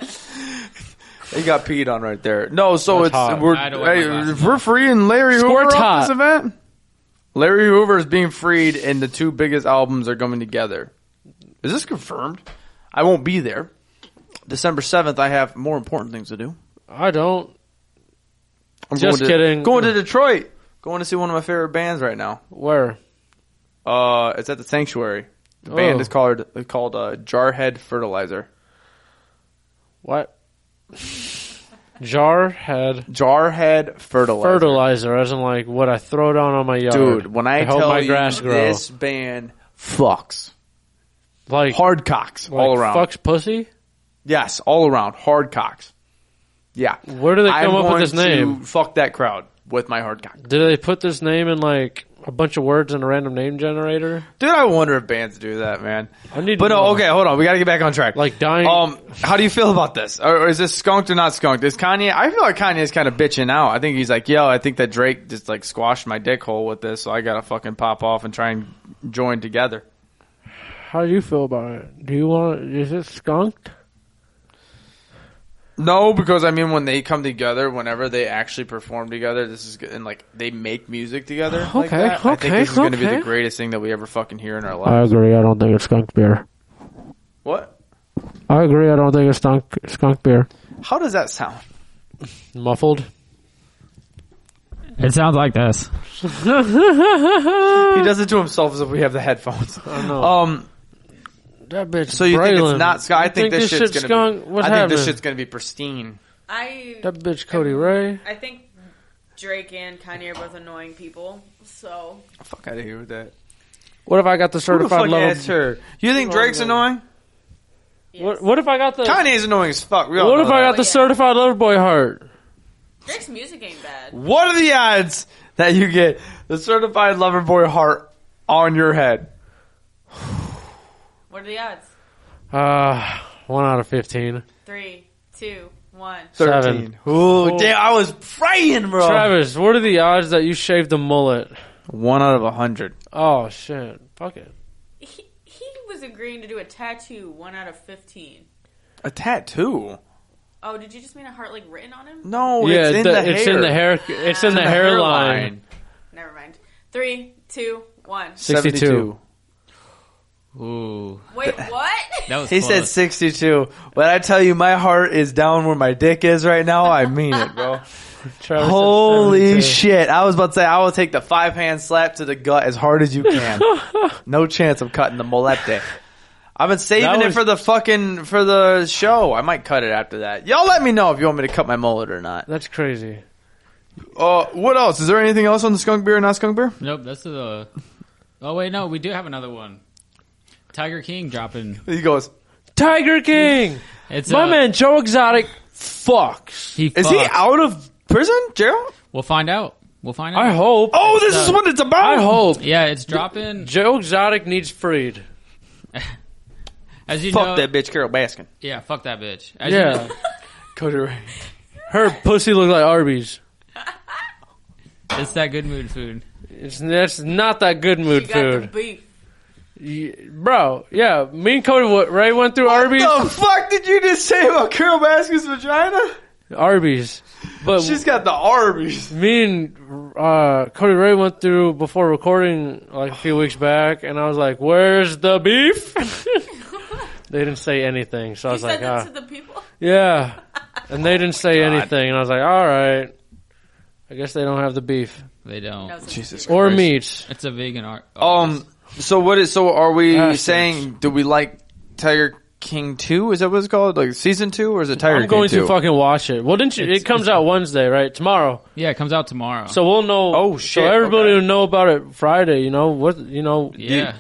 S1: He got peed on right there. No, so
S2: That's
S1: it's
S2: hot.
S1: we're
S4: I don't like my
S1: hey,
S4: glasses
S1: if we're freeing Larry
S2: Squirt
S1: Hoover off
S2: hot.
S1: this event. Larry Hoover is being freed, and the two biggest albums are coming together. Is this confirmed? I won't be there. December seventh, I have more important things to do.
S2: I don't.
S1: I'm
S2: Just
S1: going to,
S2: kidding.
S1: Going to Detroit. Going to see one of my favorite bands right now.
S2: Where?
S1: Uh, it's at the Sanctuary. The band
S2: Oh.
S1: is called called uh, Jarhead Fertilizer.
S2: What? Jar had
S1: Jarhead Fertilizer.
S2: fertilizer, as in like what I throw down on my yard.
S1: Dude, when I
S2: to help
S1: tell
S2: my
S1: you
S2: grass grow,
S1: this band fucks
S2: like,
S1: hard cocks
S2: like
S1: all around.
S2: fucks pussy.
S1: Yes, all around hard cocks. Yeah.
S2: Where do they
S1: I'm
S2: come up with
S1: going
S2: this name?
S1: To fuck that crowd with my hard cock.
S2: Did they put this name in like a bunch of words in a random name generator?
S1: Dude, I wonder if bands do that, man.
S2: I need.
S1: But
S2: to
S1: no,
S2: know.
S1: okay, hold on. We got to get back on track.
S2: Like dying.
S1: Um, how do you feel about this? Or, or is this skunked or not skunked? Is Kanye? I feel like Kanye's kind of bitching out. I think he's like, yo, I think that Drake just like squashed my dick hole with this, so I gotta fucking pop off and try and join together.
S2: How do you feel about it? Do you want? Is it skunked?
S1: No, because I mean, when they come together, whenever they actually perform together, this is good. and like they make music together. like
S2: Okay,
S1: that, I think
S2: okay,
S1: this is going to be the
S2: okay.
S1: greatest thing that we ever fucking hear in our
S2: I
S1: lives.
S2: agree. I don't think it's skunk beer.
S1: what?
S2: I agree. I don't think it's skunk skunk beer.
S1: How does that sound?
S2: Muffled.
S4: It sounds like this.
S1: He does it to himself as if we have the headphones.
S2: know.
S1: Um,
S2: That bitch.
S1: so you think
S2: Braylon.
S1: it's not? skunk? I
S2: You
S1: think, this, shit's, gonna
S2: skunk?
S1: be.
S2: What's
S1: I think this
S2: happening?
S1: shit's gonna be pristine.
S3: I
S2: That bitch Cody Ray.
S3: I think Drake and Kanye are both annoying people. So
S1: Fuck out of here with that.
S2: What if I got the
S1: Who the
S2: certified
S1: fuck
S2: lover?
S1: asked her? You think
S2: Who
S1: Drake's
S2: are they?
S1: annoying?
S3: yes.
S2: What, what if I got the?
S1: Kanye's annoying as fuck. We all
S2: what
S1: know
S2: if I
S1: that.
S2: got the
S3: Yeah.
S2: certified lover boy heart?
S3: Drake's music ain't bad.
S1: What are the odds that you get the certified lover boy heart on your head?
S3: What are the odds?
S2: Uh, one out of fifteen.
S3: Three, two, one.
S2: Seven. Oh.
S1: Ooh, damn! I was praying, bro.
S2: Travis, what are the odds that you shaved the mullet?
S1: One out of a hundred.
S2: Oh shit! Fuck it.
S3: He, he was agreeing to do a tattoo. One out of fifteen.
S1: A tattoo.
S3: Oh, did you just mean a heart like written on him?
S1: No,
S2: yeah,
S1: Oh, it's in
S2: the-
S1: the
S2: it's
S1: hair.
S2: in the hair. It's in the,
S1: the
S2: hairline.
S1: hairline.
S3: Never mind. Three, two, one.
S2: 62.
S1: 72.
S4: Ooh,
S3: Wait, what?
S4: that was.
S1: He
S4: close.
S1: said 62. But I tell you, my heart is down where my dick is right now. I mean it, bro.
S2: Travis said
S1: Holy
S2: 72.
S1: shit. I was about to say, I will take the five hand slap to the gut as hard as you can. no chance of cutting the molette. I've been saving
S2: That
S1: it
S2: was-
S1: for the fucking, for the show. I might cut it after that. Y'all let me know if you want me to cut my mullet or not.
S2: That's crazy.
S1: Uh, what else? Is there anything else on the skunk beer or not skunk beer?
S4: Nope, that's the. Oh wait, no, we do have another one. Tiger King dropping.
S1: He goes,
S2: Tiger King.
S4: It's
S2: My
S4: uh,
S2: man Joe Exotic fucks.
S4: He
S1: is he
S4: fucked.
S1: out of prison, Gerald?
S4: We'll find out. We'll find out.
S2: I hope.
S1: Oh, this is what it's about.
S2: I hope
S4: Yeah, it's dropping.
S2: Joe Exotic needs freed.
S4: As you know,
S1: Fuck that bitch, Carol Baskin.
S4: yeah, fuck that bitch. As you
S2: Yeah,
S4: know-
S1: Cody Ray.
S2: her pussy looked like Arby's.
S4: it's that good mood food.
S2: It's that's not that good mood
S3: You got the
S2: food,
S3: beef.
S2: Ye- bro. Yeah, me and Cody what, Ray went through Arby's.
S1: What the fuck did you just say about Carol Baskin's vagina?
S2: Arby's, but
S1: She's got the Arby's.
S2: me and uh, Cody Ray went through before recording like a few weeks back, and I was like, "Where's the beef?" they didn't say anything, so I
S3: You
S2: was
S3: said
S2: like,
S3: that
S2: ah,
S3: to the people.
S2: "Yeah," and they didn't say anything, and I was like, "All right." I guess they don't have the beef
S4: They don't.
S3: That was a
S1: Jesus.
S3: beef.
S2: or
S1: Christ.
S2: meats.
S4: It's a vegan art.
S1: Um. So what is? So are we
S2: Ah,
S1: saying? Do we like Tiger King Two? Is that what it's called? Like season two, or is it Tiger
S2: I'm
S1: King
S2: going
S1: Two?
S2: to fucking watch it. Well, didn't you?
S4: It's-
S2: it comes out Wednesday, right? Tomorrow.
S4: yeah, it comes out tomorrow.
S2: So we'll know.
S1: Oh,
S2: So
S1: shit,
S2: everybody
S1: okay.
S2: will know about it Friday. You know what? You know.
S4: yeah,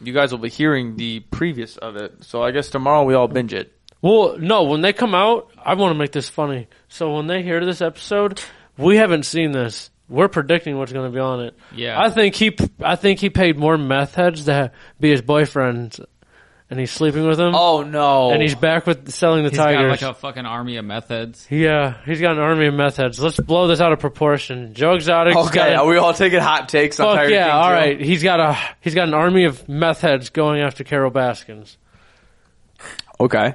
S1: you guys will be hearing the previous of it. So I guess tomorrow we all binge it.
S2: Well, no. When they come out, I want to make this funny. So when they hear this episode, we haven't seen this. We're predicting what's going to be on it.
S4: yeah.
S2: I think he. I think he paid more meth heads to ha- be his boyfriend, and he's sleeping with him.
S1: Oh no!
S2: And he's back with selling the
S4: He's got
S2: tigers.
S4: like a fucking army of methods.
S2: yeah, he's got an army of meth heads. Let's blow this out of proportion. Joe Exotic.
S1: okay. Are we all taking hot takes on
S2: Fuck
S1: Tiger King
S2: yeah! All
S1: Two?
S2: right, he's got a he's got an army of meth heads going after Carol Baskins,
S1: Okay.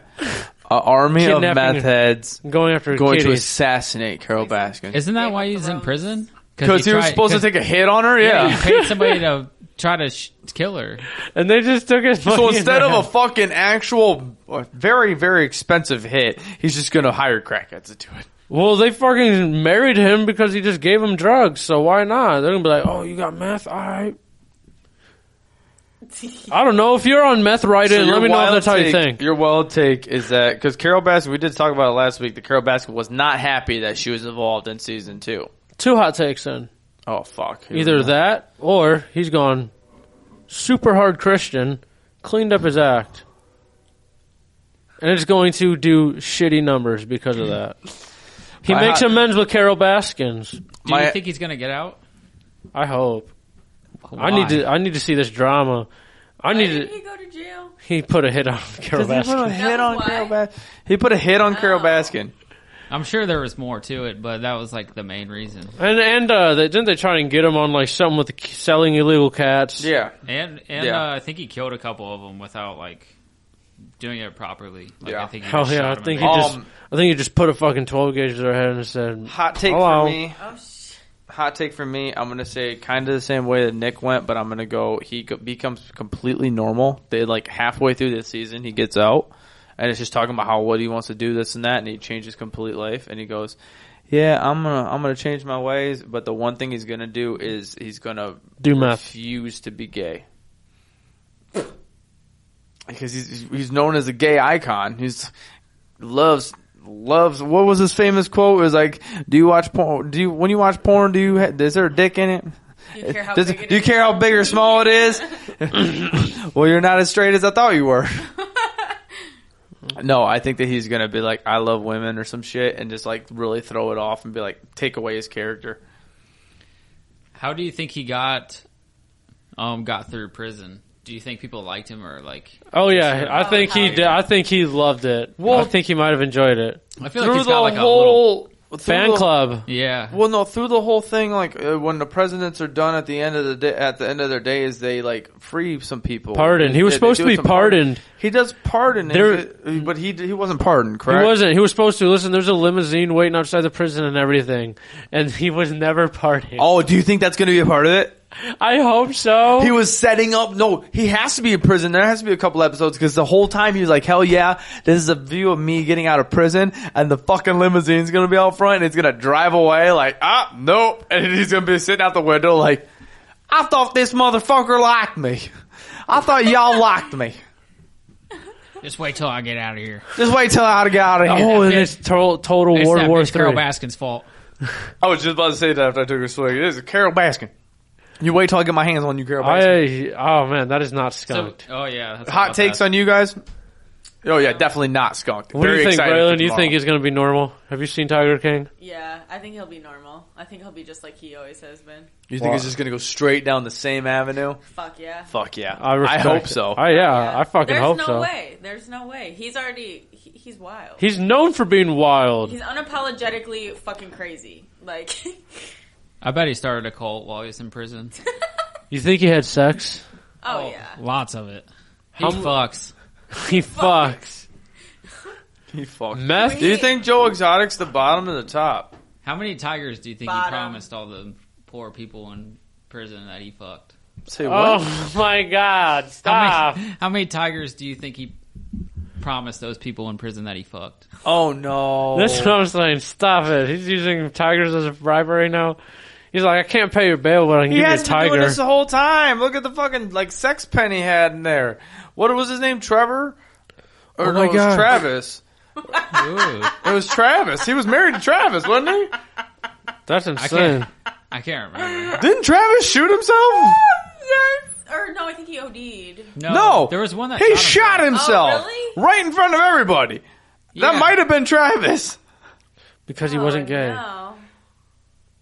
S1: A army of
S2: Kidnapping-
S1: meth heads
S2: going after
S1: going to
S2: kitties.
S1: assassinate Carol Baskin.
S4: Isn't that
S3: Yeah,
S4: why
S3: with
S4: he's
S3: the
S4: in
S3: rose.
S4: prison?
S1: Because
S4: he
S1: he was
S4: tried-
S1: supposed to
S4: 'cause-
S1: take a hit on her,
S4: Yeah,
S1: yeah.
S4: he paid somebody to try to sh- kill her.
S2: and they just took his.
S1: So instead of a fucking actual, uh, very very expensive hit, he's just gonna hire crackheads to do it.
S2: well, they fucking married him because he just gave him drugs. So why not? They're gonna be like, oh, you got meth, all right. I don't know if you're on meth. Right
S1: So
S2: in.
S1: your
S2: Let me know if
S1: wild
S2: that's how you
S1: take-
S2: think.
S1: Your wild take is that because Carol Baskin, we did talk about it last week. The Carol Baskin was not happy that she was involved in season two.
S2: Two hot takes then.
S1: Oh fuck! Here we
S2: Either
S1: go.
S2: that or he's gone super hard Christian, cleaned up his act. And it's going to do shitty numbers because of that. He
S1: My
S2: makes
S1: hot-
S2: amends with Carol Baskins.
S4: Do
S1: My-
S4: you think he's gonna get out?
S2: I hope. I need to I need to see this drama. I
S3: Why
S2: need
S3: did
S2: to
S3: he go to jail?
S2: he put a hit on Carol
S1: Because he put a
S2: Baskin.
S1: hit on
S3: why.
S1: Carol Baskin. He put a hit on Carol
S3: Oh.
S1: Baskin.
S4: I'm sure there was more to it, but that was like the main reason.
S2: And and uh they, didn't they try and get him on like something with the, k- selling illegal cats?
S1: Yeah.
S4: And and
S1: Yeah.
S4: uh, I think he killed a couple of them without like doing it properly. Like,
S1: Yeah.
S4: I think he
S2: Oh
S4: just shot
S2: yeah, I
S4: 'em in
S2: think
S4: the
S2: he
S1: Um,
S4: back.
S2: just I think he just put a fucking twelve gauge to their head and said
S1: Hot take
S2: Hello.
S1: for me.
S3: Oh shit.
S1: Hot take for me. I'm gonna say kind of the same way that Nick went, but I'm gonna go. He co- becomes completely normal. They like halfway through the season, he gets out, and it's just talking about how what he wants to do, this and that, and he changes complete life, and he goes, "Yeah, I'm gonna I'm gonna change my ways." But the one thing he's gonna do is he's gonna
S2: do meth.
S1: refuse to be gay. Because he's he's known as a gay icon. He's loves loves. What was his famous quote? It was like, "Do you watch porn? Do you when you watch porn? Do you ha- is there a dick in it?
S3: Do you care how
S1: Does-
S3: big it
S1: do you
S3: is?
S1: care how big or small it is? well, you're not as straight as I thought you were." No, I think that he's gonna be like, "I love women" or some shit, and just like really throw it off and be like, take away his character.
S4: How do you think he got um got through prison? Do you think people liked him or like?
S2: Oh yeah, I
S3: Oh,
S2: think he
S3: hell
S2: did. I think he loved it. Well, I think he might have enjoyed it.
S4: I feel like he's got like a little.
S1: Well, through
S2: Fan
S1: the-
S2: club.
S4: Yeah.
S1: Well, no, through the whole thing, like uh, when the presidents are done at the end of the day, at the end of their days, they like free some people.
S2: Pardon. He was
S1: They- they
S2: supposed
S1: do
S2: to be
S1: some pardon.
S2: pardoned.
S1: He does pardon,
S2: There-
S1: but he he wasn't pardoned,
S2: He
S1: correct?
S2: wasn't. He was supposed to. Listen, there's a limousine waiting outside the prison and everything. And he was never partying.
S1: Oh, do you think that's going to be a part of it?
S2: I hope so.
S1: He was setting up. No, he has to be in prison. There has to be a couple episodes because the whole time he was like, "Hell yeah, this is a view of me getting out of prison, and the fucking limousine's gonna be out front, and it's gonna drive away like, ah, nope," and he's gonna be sitting out the window like, "I thought this motherfucker liked me. I thought y'all liked me.
S4: Just wait till I get out of here.
S1: Just wait till I get out of here."
S2: oh, and it's total, total
S4: It's
S2: World
S4: that
S2: War
S4: bitch Carol
S2: Three.
S4: Baskin's fault.
S1: I was just about to say that after I took a swig. This is Carol Baskin. You wait till I get my hands on you, Carol Baskin.
S2: I oh man, that is not
S4: So,
S2: skunked.
S4: oh yeah. that's
S1: Hot
S4: about
S1: takes
S4: that.
S1: on you guys. Oh yeah, definitely not skunked.
S2: what do
S1: Very
S2: you think,
S1: excited for
S2: Braylon? You
S1: tomorrow.
S2: think is going to be normal? Have you seen Tiger King?
S3: Yeah, I think he'll be normal. I think he'll be just like he always has been.
S1: You think it's just gonna go straight down the same avenue?
S3: Fuck yeah.
S1: Fuck yeah!
S2: I, respect
S1: hope
S2: it.
S1: so.
S2: Uh, I, yeah, I fucking
S3: There's
S2: hope
S3: no
S2: so.
S3: way. There's no way. He's already. He, he's wild.
S2: He's known for being wild.
S3: He's unapologetically fucking crazy. Like,
S4: I bet he started a cult while he was in prison.
S2: you think he had sex?
S3: oh, yeah.
S4: Lots of it. He
S2: How mu-
S4: fucks.
S2: he fucks
S1: he fucked.
S2: meth.
S1: Do you think Joe Exotic's the bottom or the top?
S4: How many tigers do you think he
S3: Bottom.
S4: promised all the poor people in prison that he fucked?
S1: Say what?
S2: Oh my God!
S1: Ah.
S4: How
S2: Stop.
S4: many, how many tigers do you think he promised those people in prison that he fucked?
S1: Oh, no!
S2: That's what I'm saying. Stop it. He's using tigers as a bribery now. He's like, I can't pay your bail, but I can
S1: he
S2: give you a
S1: has been doing
S2: tiger.
S1: this the whole time. Look at the fucking like sex pen he had in there. What was his name? Trevor? Or no,
S2: Oh, my
S1: it was
S2: God.
S1: Travis.
S4: Ooh,
S1: It was Travis. He was married to Travis, wasn't he?
S2: That's insane.
S4: I can't remember.
S1: Didn't Travis shoot himself?
S3: Or, no, I think he OD'd.
S4: No,
S1: No.
S4: there was one that
S1: He
S4: shot
S1: shot himself
S3: Oh, really?
S1: right in front of everybody. That
S4: Yeah.
S1: might have been Travis.
S2: Because he wasn't
S3: Oh,
S2: gay.
S3: No.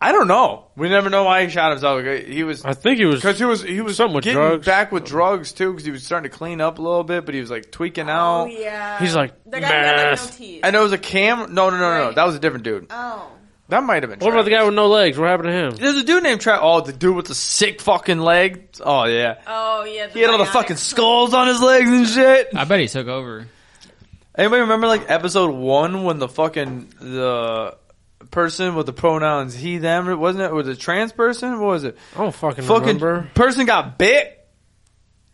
S1: I don't know. We never know why he shot himself. He was
S2: I think he was.
S1: Because he was he was
S2: Something with
S1: getting
S2: drugs.
S1: back with drugs too. Because he was starting to clean up a little bit, but he was like tweaking out.
S3: Oh, yeah.
S2: He's like,
S3: the guy who had like, no
S2: "Meth."
S3: teeth.
S1: And there was a cam. No, no, no, no.
S3: Right.
S1: That was a different dude.
S3: Oh.
S1: That might have been.
S2: What about the
S1: Travis.
S2: guy with no legs? What happened to him?
S1: There's a dude named Travis. Oh, the dude with the sick fucking leg. Oh yeah,
S3: Oh, yeah. The
S1: he had all the
S3: bionic-
S1: fucking skulls on his legs and shit.
S4: I bet he took over.
S1: Anybody remember like episode one when the fucking the person with the pronouns he them wasn't it was it a trans person? What was it?
S2: I don't fucking,
S1: fucking
S2: remember.
S1: person got bit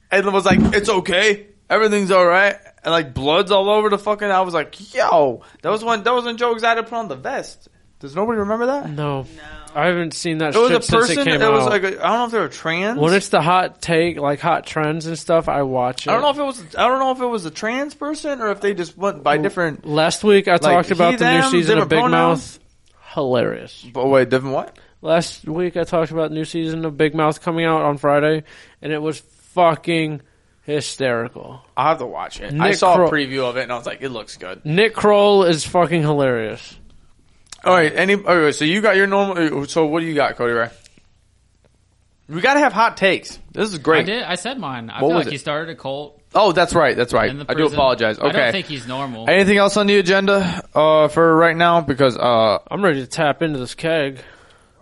S1: and was like, "It's okay, everything's all right," and like blood's all over the fucking. I was like, "Yo, that was when that was when Joe Exotic put on the vest." Does nobody remember that?
S2: No,
S3: No.
S2: I haven't seen that
S1: It was a
S2: shit since it
S1: person.
S2: came
S1: It
S2: out.
S1: was like I I don't know if they were trans.
S2: when it's the hot take, like hot trends and stuff, I watch it.
S1: I don't know if it was I don't know if it was a trans person or if they just went by different.
S2: Last week I talked
S1: he,
S2: about the new
S1: them,
S2: season
S1: different
S2: of Big
S1: pronouns?
S2: Mouth. Hilarious.
S1: But wait, different what?
S2: Last week I talked about new season of Big Mouth coming out on Friday, and it was fucking hysterical.
S1: I have to watch it. I
S2: Nick
S1: saw
S2: Kroll-
S1: a preview of it and I was like, it looks good.
S2: Nick Kroll is fucking hilarious.
S1: All right, any all right, so you got your normal. uh, So what do you got, Cody Ray? We got to have hot takes. This is
S4: I
S1: great.
S4: did. I said mine. I
S1: What
S4: feel
S1: was
S4: like he
S1: it?
S4: started a cult
S1: Oh, that's right. That's right.
S4: in the
S1: I do
S4: prison.
S1: apologize. Okay.
S4: I don't think he's normal.
S1: Anything else on the agenda uh, for right now? Because uh,
S2: I'm ready to tap into this keg.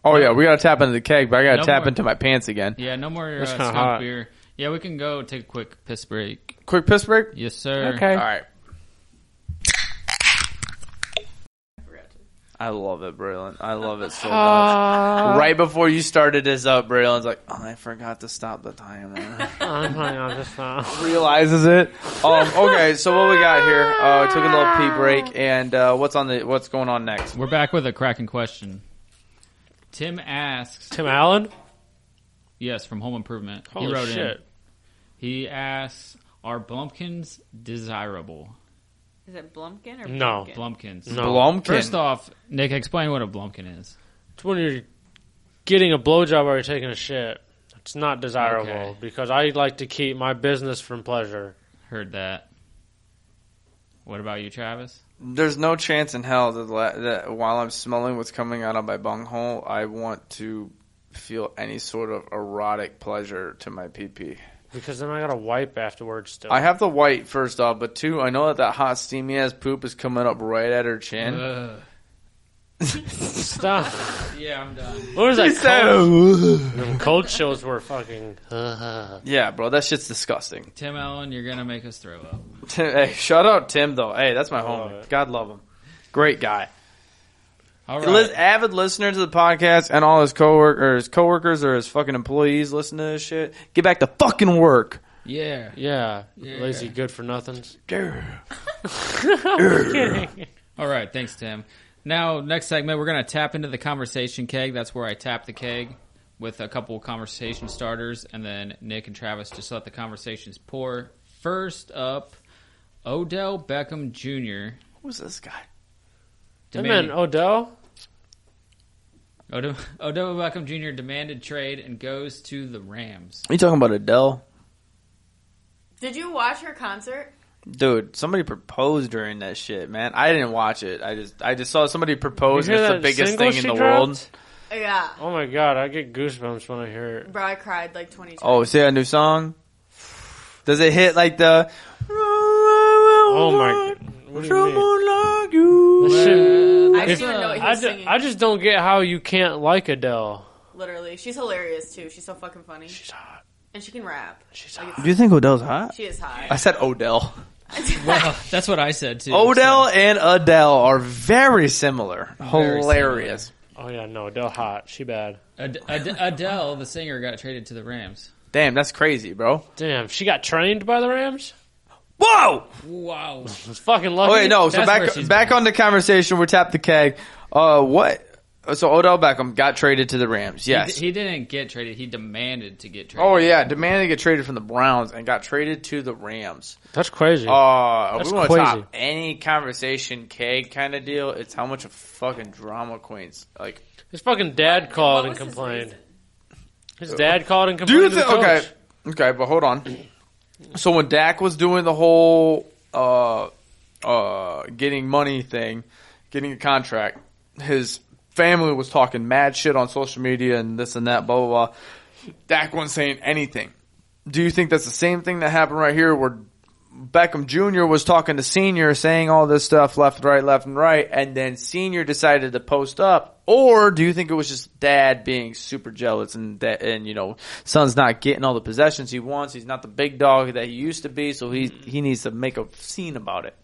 S1: oh yeah, we gotta tap into the keg, but I gotta
S4: No
S1: tap
S4: more.
S1: into my pants again.
S4: Yeah, no more uh,
S2: That's kinda
S4: skunk
S2: hot.
S4: beer. Yeah, we can go take a quick piss break.
S1: Quick piss break.
S4: Yes, sir.
S2: Okay.
S1: All right.
S3: I forgot to-
S1: I love it, Braylon. I love it so much. right before you started this up, Braylon's like, oh, I forgot to stop the timer.
S2: I'm hanging on this now.
S1: realizes it. Um, okay, so what we got here? Uh, took a little pee break, and uh, what's on the what's going on next?
S4: We're back with a cracking question. Tim asks,
S2: Tim Allen.
S4: yes, from Home Improvement.
S2: Holy
S4: he wrote
S2: shit.
S4: in. He asks, are Blumpkins desirable?
S3: Is it Blumpkin or
S2: No.
S3: Blumpkin?
S4: Blumpkins.
S2: No.
S1: Blumkin.
S4: First off, Nick, explain what a Blumpkin is.
S2: It's when you're getting a blowjob or you're taking a shit. It's not desirable
S4: Okay.
S2: because I like to keep my business from pleasure.
S4: Heard that. What about you, Travis?
S1: There's no chance in hell that, la- that while I'm smelling what's coming out of my bunghole, I want to feel any sort of erotic pleasure to my pee pee.
S2: Because then I gotta wipe afterwards still.
S1: I have the white first
S2: Uh,
S1: off, but two, I know that that hot steamy ass poop is coming up right at her chin.
S4: Ugh.
S2: Stop.
S4: Yeah, I'm done.
S2: What was that?
S1: So-
S2: Cold, them cold shows were fucking. Uh,
S1: yeah, bro, that shit's disgusting.
S4: Tim Allen, you're gonna make us throw up.
S1: Tim, hey, shout out Tim though. Hey, that's my
S2: Love
S1: homie.
S2: it.
S1: God love him. Great guy.
S4: All
S1: Lis-
S4: right.
S1: avid listener to the podcast, and all his coworkers, his coworkers, or his fucking employees listen to this shit. Get back to fucking work.
S4: Yeah.
S2: yeah, lazy
S4: Yeah.
S2: good for nothings.
S4: All right. Thanks, Tim. Now, next segment, we're going to tap into the conversation keg. That's where I tap the keg with a couple of conversation starters, and then Nick and Travis just let the conversations pour. First up, Odell Beckham Jr.
S1: Who's this guy?
S2: And
S4: demanding-
S2: then Odell.
S4: Odell, Odell Beckham Jr. demanded trade and goes to the Rams.
S1: Are you talking about Adele?
S3: Did you watch her concert?
S1: Dude, somebody proposed during that shit, man. I didn't watch it. I just, I just saw somebody propose.
S2: You hear
S1: and It's the biggest
S2: that single
S1: thing in
S2: she
S1: the
S2: dropped?
S1: world.
S3: Yeah,
S2: Oh my god, I get goosebumps when I hear it.
S3: bro, I cried like twenty times.
S1: Oh, is there a new song? Does it hit like the?
S2: Oh
S1: Oh
S2: my. What do you mean?
S1: Someone like you.
S2: That shit-
S3: I didn't
S4: If-
S3: even know he
S2: I,
S3: was
S2: ju-
S3: singing.
S2: I just don't get how you can't like Adele.
S3: Literally, she's hilarious too. She's so fucking funny,
S2: She's hot.
S3: and she can rap.
S2: She's
S3: Like,
S2: hot.
S3: it's-
S1: Do you think Odell's hot?
S3: she is hot.
S1: I said Odell.
S4: Well, that's what I said too.
S1: Odell and Adele are very similar.
S4: Very
S1: Hilarious.
S2: Oh yeah, no, Adele hot. She bad.
S4: So, Ad- Ad- Adele, the singer, got traded to the Rams.
S1: Damn, that's crazy, bro.
S2: Damn, she got trained by the Rams.
S1: Whoa!
S4: Wow.
S2: Was fucking lucky.
S1: Oh, wait, no. So
S4: That's where
S1: back
S4: she's
S1: back
S4: been.
S1: on the conversation, we're tapped the keg. Uh, what? So Odell Beckham got traded to the Rams. Yes.
S4: He, he didn't get traded. He demanded to get traded.
S1: oh yeah, demanded to get traded from the Browns and got traded to the Rams.
S2: That's crazy.
S1: Uh, if
S2: That's
S1: we want to
S2: crazy.
S1: top any conversation keg kind of deal. It's how much of fucking drama queens like.
S2: his fucking dad called
S3: What
S2: and
S3: was his
S2: complained.
S3: reason?
S2: His, dad called and
S1: Uh, Do you think?
S2: complained. to the
S1: Okay,
S2: coach.
S1: okay, but hold on. So when Dak was doing the whole uh, uh, getting money thing, getting a contract, his family was talking mad shit on social media and this and that, blah blah blah. Dak wasn't saying anything. Do you think that's the same thing that happened right here, where Beckham Jr. was talking to Senior, saying all this stuff left, right, left, and right, and then Senior decided to post up? Or do you think it was just Dad being super jealous and that, and you know, son's not getting all the possessions he wants. He's not the big dog that he used to be, so he he needs to make a scene about it.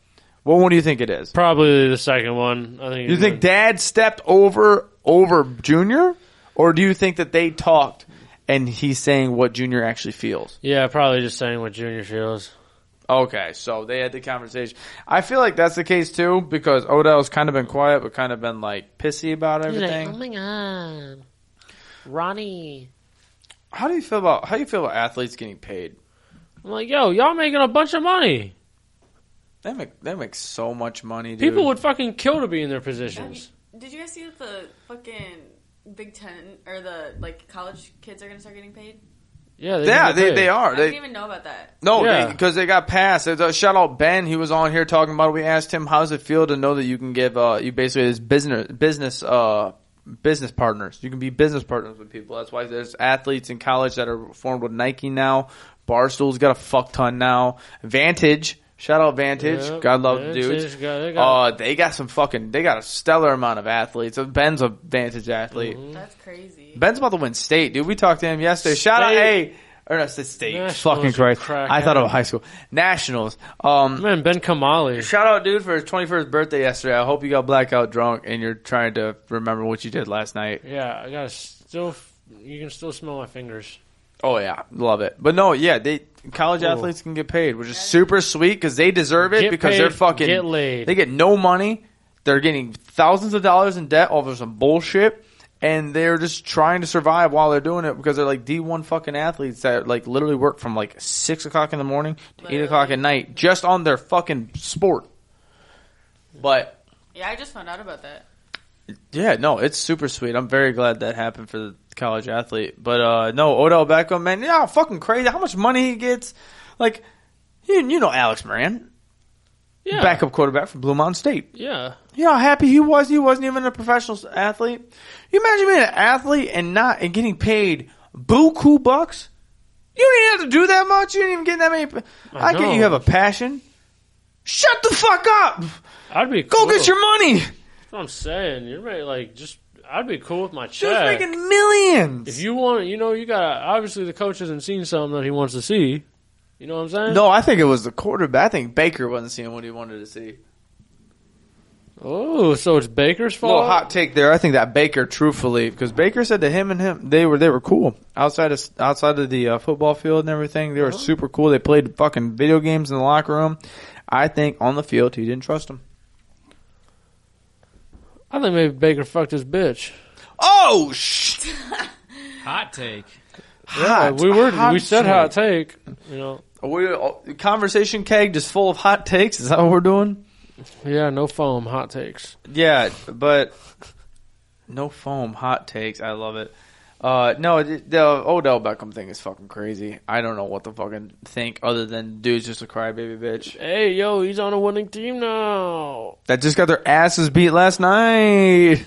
S1: What one do you think it is?
S2: Probably the second one. I think.
S1: Do you
S2: he
S1: think
S2: would-
S1: Dad stepped over over Junior, or do you think that they talked and he's saying what Junior actually feels?
S2: Yeah, probably just saying what Junior feels.
S1: Okay, so they had the conversation. I feel like that's the case too because Odell's kind of been quiet, but kind of been like "Oh pissy about everything.
S2: "Oh my god, Ronnie.
S1: how do you feel about how do you feel about athletes getting paid?
S2: I'm like, yo, y'all making a bunch of money.
S1: They make they make so much money. Dude.
S2: People would fucking kill to be in their positions.
S3: Did you guys see that the fucking Big Ten or the like college kids are gonna start getting paid?
S2: Yeah, they
S1: Yeah,
S2: get
S1: they,
S2: paid.
S1: they are.
S3: I didn't
S1: They
S3: even know about that.
S1: no,
S2: Yeah.
S1: because they, got passed. There's a- shout out Ben. He was on here talking about. it. We asked him, "How does it feel to know that you can give uh, you basically as business business uh, business partners? You can be business partners with people. That's why there's athletes in college that are formed with Nike now. Barstool's got a fuck ton now. Vantage, shout out Vantage.
S2: Yep,
S1: God love
S2: yeah,
S1: the dudes.
S2: just got- they got-
S1: Uh, they got some fucking. They got a stellar amount of athletes. Uh, Ben's a Vantage athlete.
S2: Mm-hmm.
S3: That's crazy.
S1: Ben's about to win state, dude. We talked to him yesterday. Shout out, hey,
S2: State.
S1: or no, it's the state.
S2: Nationals
S1: Fucking Christ,
S2: crack
S1: I thought
S2: out.
S1: of high school nationals. Um,
S2: man, Ben Kamali.
S1: shout out, dude, for his twenty first birthday yesterday. I hope you got blackout drunk and you're trying to remember what you did last night.
S2: Yeah, I gotta still. f- You can still smell my fingers.
S1: Oh yeah, love it. But no, yeah, they college
S2: Cool.
S1: athletes can get paid, which is super sweet because they deserve it
S2: Get
S1: because they're
S2: paid,
S1: fucking
S2: get laid.
S1: They get no money. They're getting thousands of dollars in debt over some bullshit, and they're just trying to survive while they're doing it because they're like D one fucking athletes that like literally work from like six o'clock in the morning to eight
S3: Literally.
S1: o'clock at night just on their fucking sport. But
S3: Yeah, I just found out about that.
S1: yeah, no, it's super sweet. I'm very glad that happened for the college athlete. But uh no, Odell Beckham, man, yeah, fucking crazy. How much money he gets? Like, you, you know Alex Moran,
S2: Yeah,
S1: backup quarterback for Blue Mountain State.
S2: yeah.
S1: You know how happy he was. He wasn't even a professional athlete. You imagine being an athlete and not and getting paid buku bucks. You didn't have to do that much. You didn't even get that many. I,
S2: I
S1: get you
S2: know.
S1: have a passion. Shut the fuck up.
S2: I'd be.
S1: Go
S2: cool.
S1: get your money.
S2: what I'm saying. You're ready, like just. I'd be cool with my
S1: She was
S2: check.
S1: making millions.
S2: If you want, you know, you got to obviously the coach hasn't seen something that he wants to see. You know what I'm saying?
S1: no, I think it was the quarterback. I think Baker wasn't seeing what he wanted to see.
S2: Oh, so it's Baker's fault.
S1: Little hot take there. I think that Baker, truthfully, because Baker said to him and him, they were they were cool outside of outside of the uh, football field and everything. They were
S2: Uh-huh.
S1: super cool. They played fucking video games in the locker room. I think on the field, he didn't trust him.
S2: I think maybe Baker fucked his bitch.
S1: Oh shit!
S4: Hot take.
S2: Yeah, we were we said hot take. You know,
S1: Are we, uh, conversation keg just full of hot takes. Is that what we're doing?
S2: yeah, no foam, hot takes.
S1: Yeah, but no foam hot takes. I love it. Uh, no, the the Odell Beckham thing is fucking crazy. I don't know what to fucking think other than dude's just a crybaby bitch
S2: Hey, yo, he's on a winning team now.
S1: that just got their asses beat last night.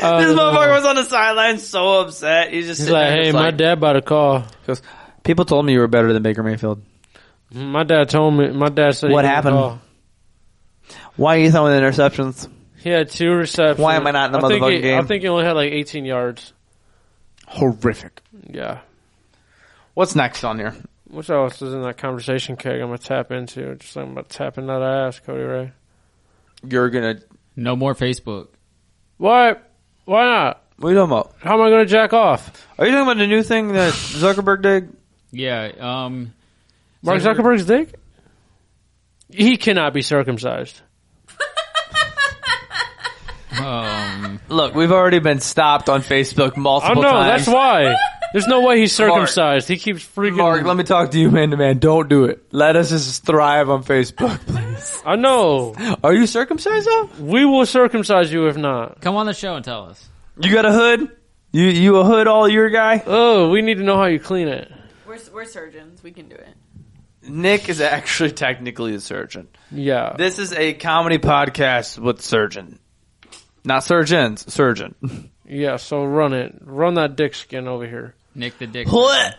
S2: Uh,
S1: This motherfucker was on the sideline, so upset. He's just
S2: He's
S1: sitting
S2: like,
S1: there
S2: hey,
S1: just
S2: my
S1: like-
S2: dad about to call.
S1: goes, People told me you were better than Baker Mayfield.
S2: My dad told me. My dad said, he
S1: What
S2: didn't
S1: happened?
S2: call.
S1: Why are you throwing interceptions?
S2: He had two receptions.
S1: Why am I not in the
S2: I think
S1: motherfucking
S2: he- I
S1: game?
S2: think he only had like 18 yards.
S1: Horrific.
S2: Yeah.
S1: What's next on here?
S2: What else is in that conversation keg I'm gonna tap into? Just something about tapping that ass, Cody Ray.
S1: You're gonna.
S4: No more Facebook.
S2: What? Why not?
S1: What are you talking about?
S2: How am I gonna jack off?
S1: Are you talking about the new thing that Zuckerberg did?
S4: Yeah. Um.
S2: Mark
S4: Zuckerberg-
S2: Zuckerberg's dick? He cannot be circumcised.
S4: um
S1: Look, we've already been stopped on Facebook
S2: Oh
S1: multiple
S2: no,
S1: times.
S2: that's why. There's no way he's circumcised. He keeps freaking.
S1: Mark, let me talk to you man to man. Don't do it. Let us just thrive on Facebook.
S2: I know.
S1: Are you circumcised though?
S2: We will circumcise you if not.
S4: come on the show and tell us.
S1: You got a hood? You you a hood all year guy?
S2: Oh, we need to know how you clean it.
S3: We're, we're surgeons. We can do it.
S1: Nick is actually technically a surgeon.
S2: Yeah.
S1: This is a comedy podcast with surgeon. Not surgeons, surgeon.
S2: Yeah, so run it. Run that dick skin over here.
S4: Nick the Dick.
S1: What?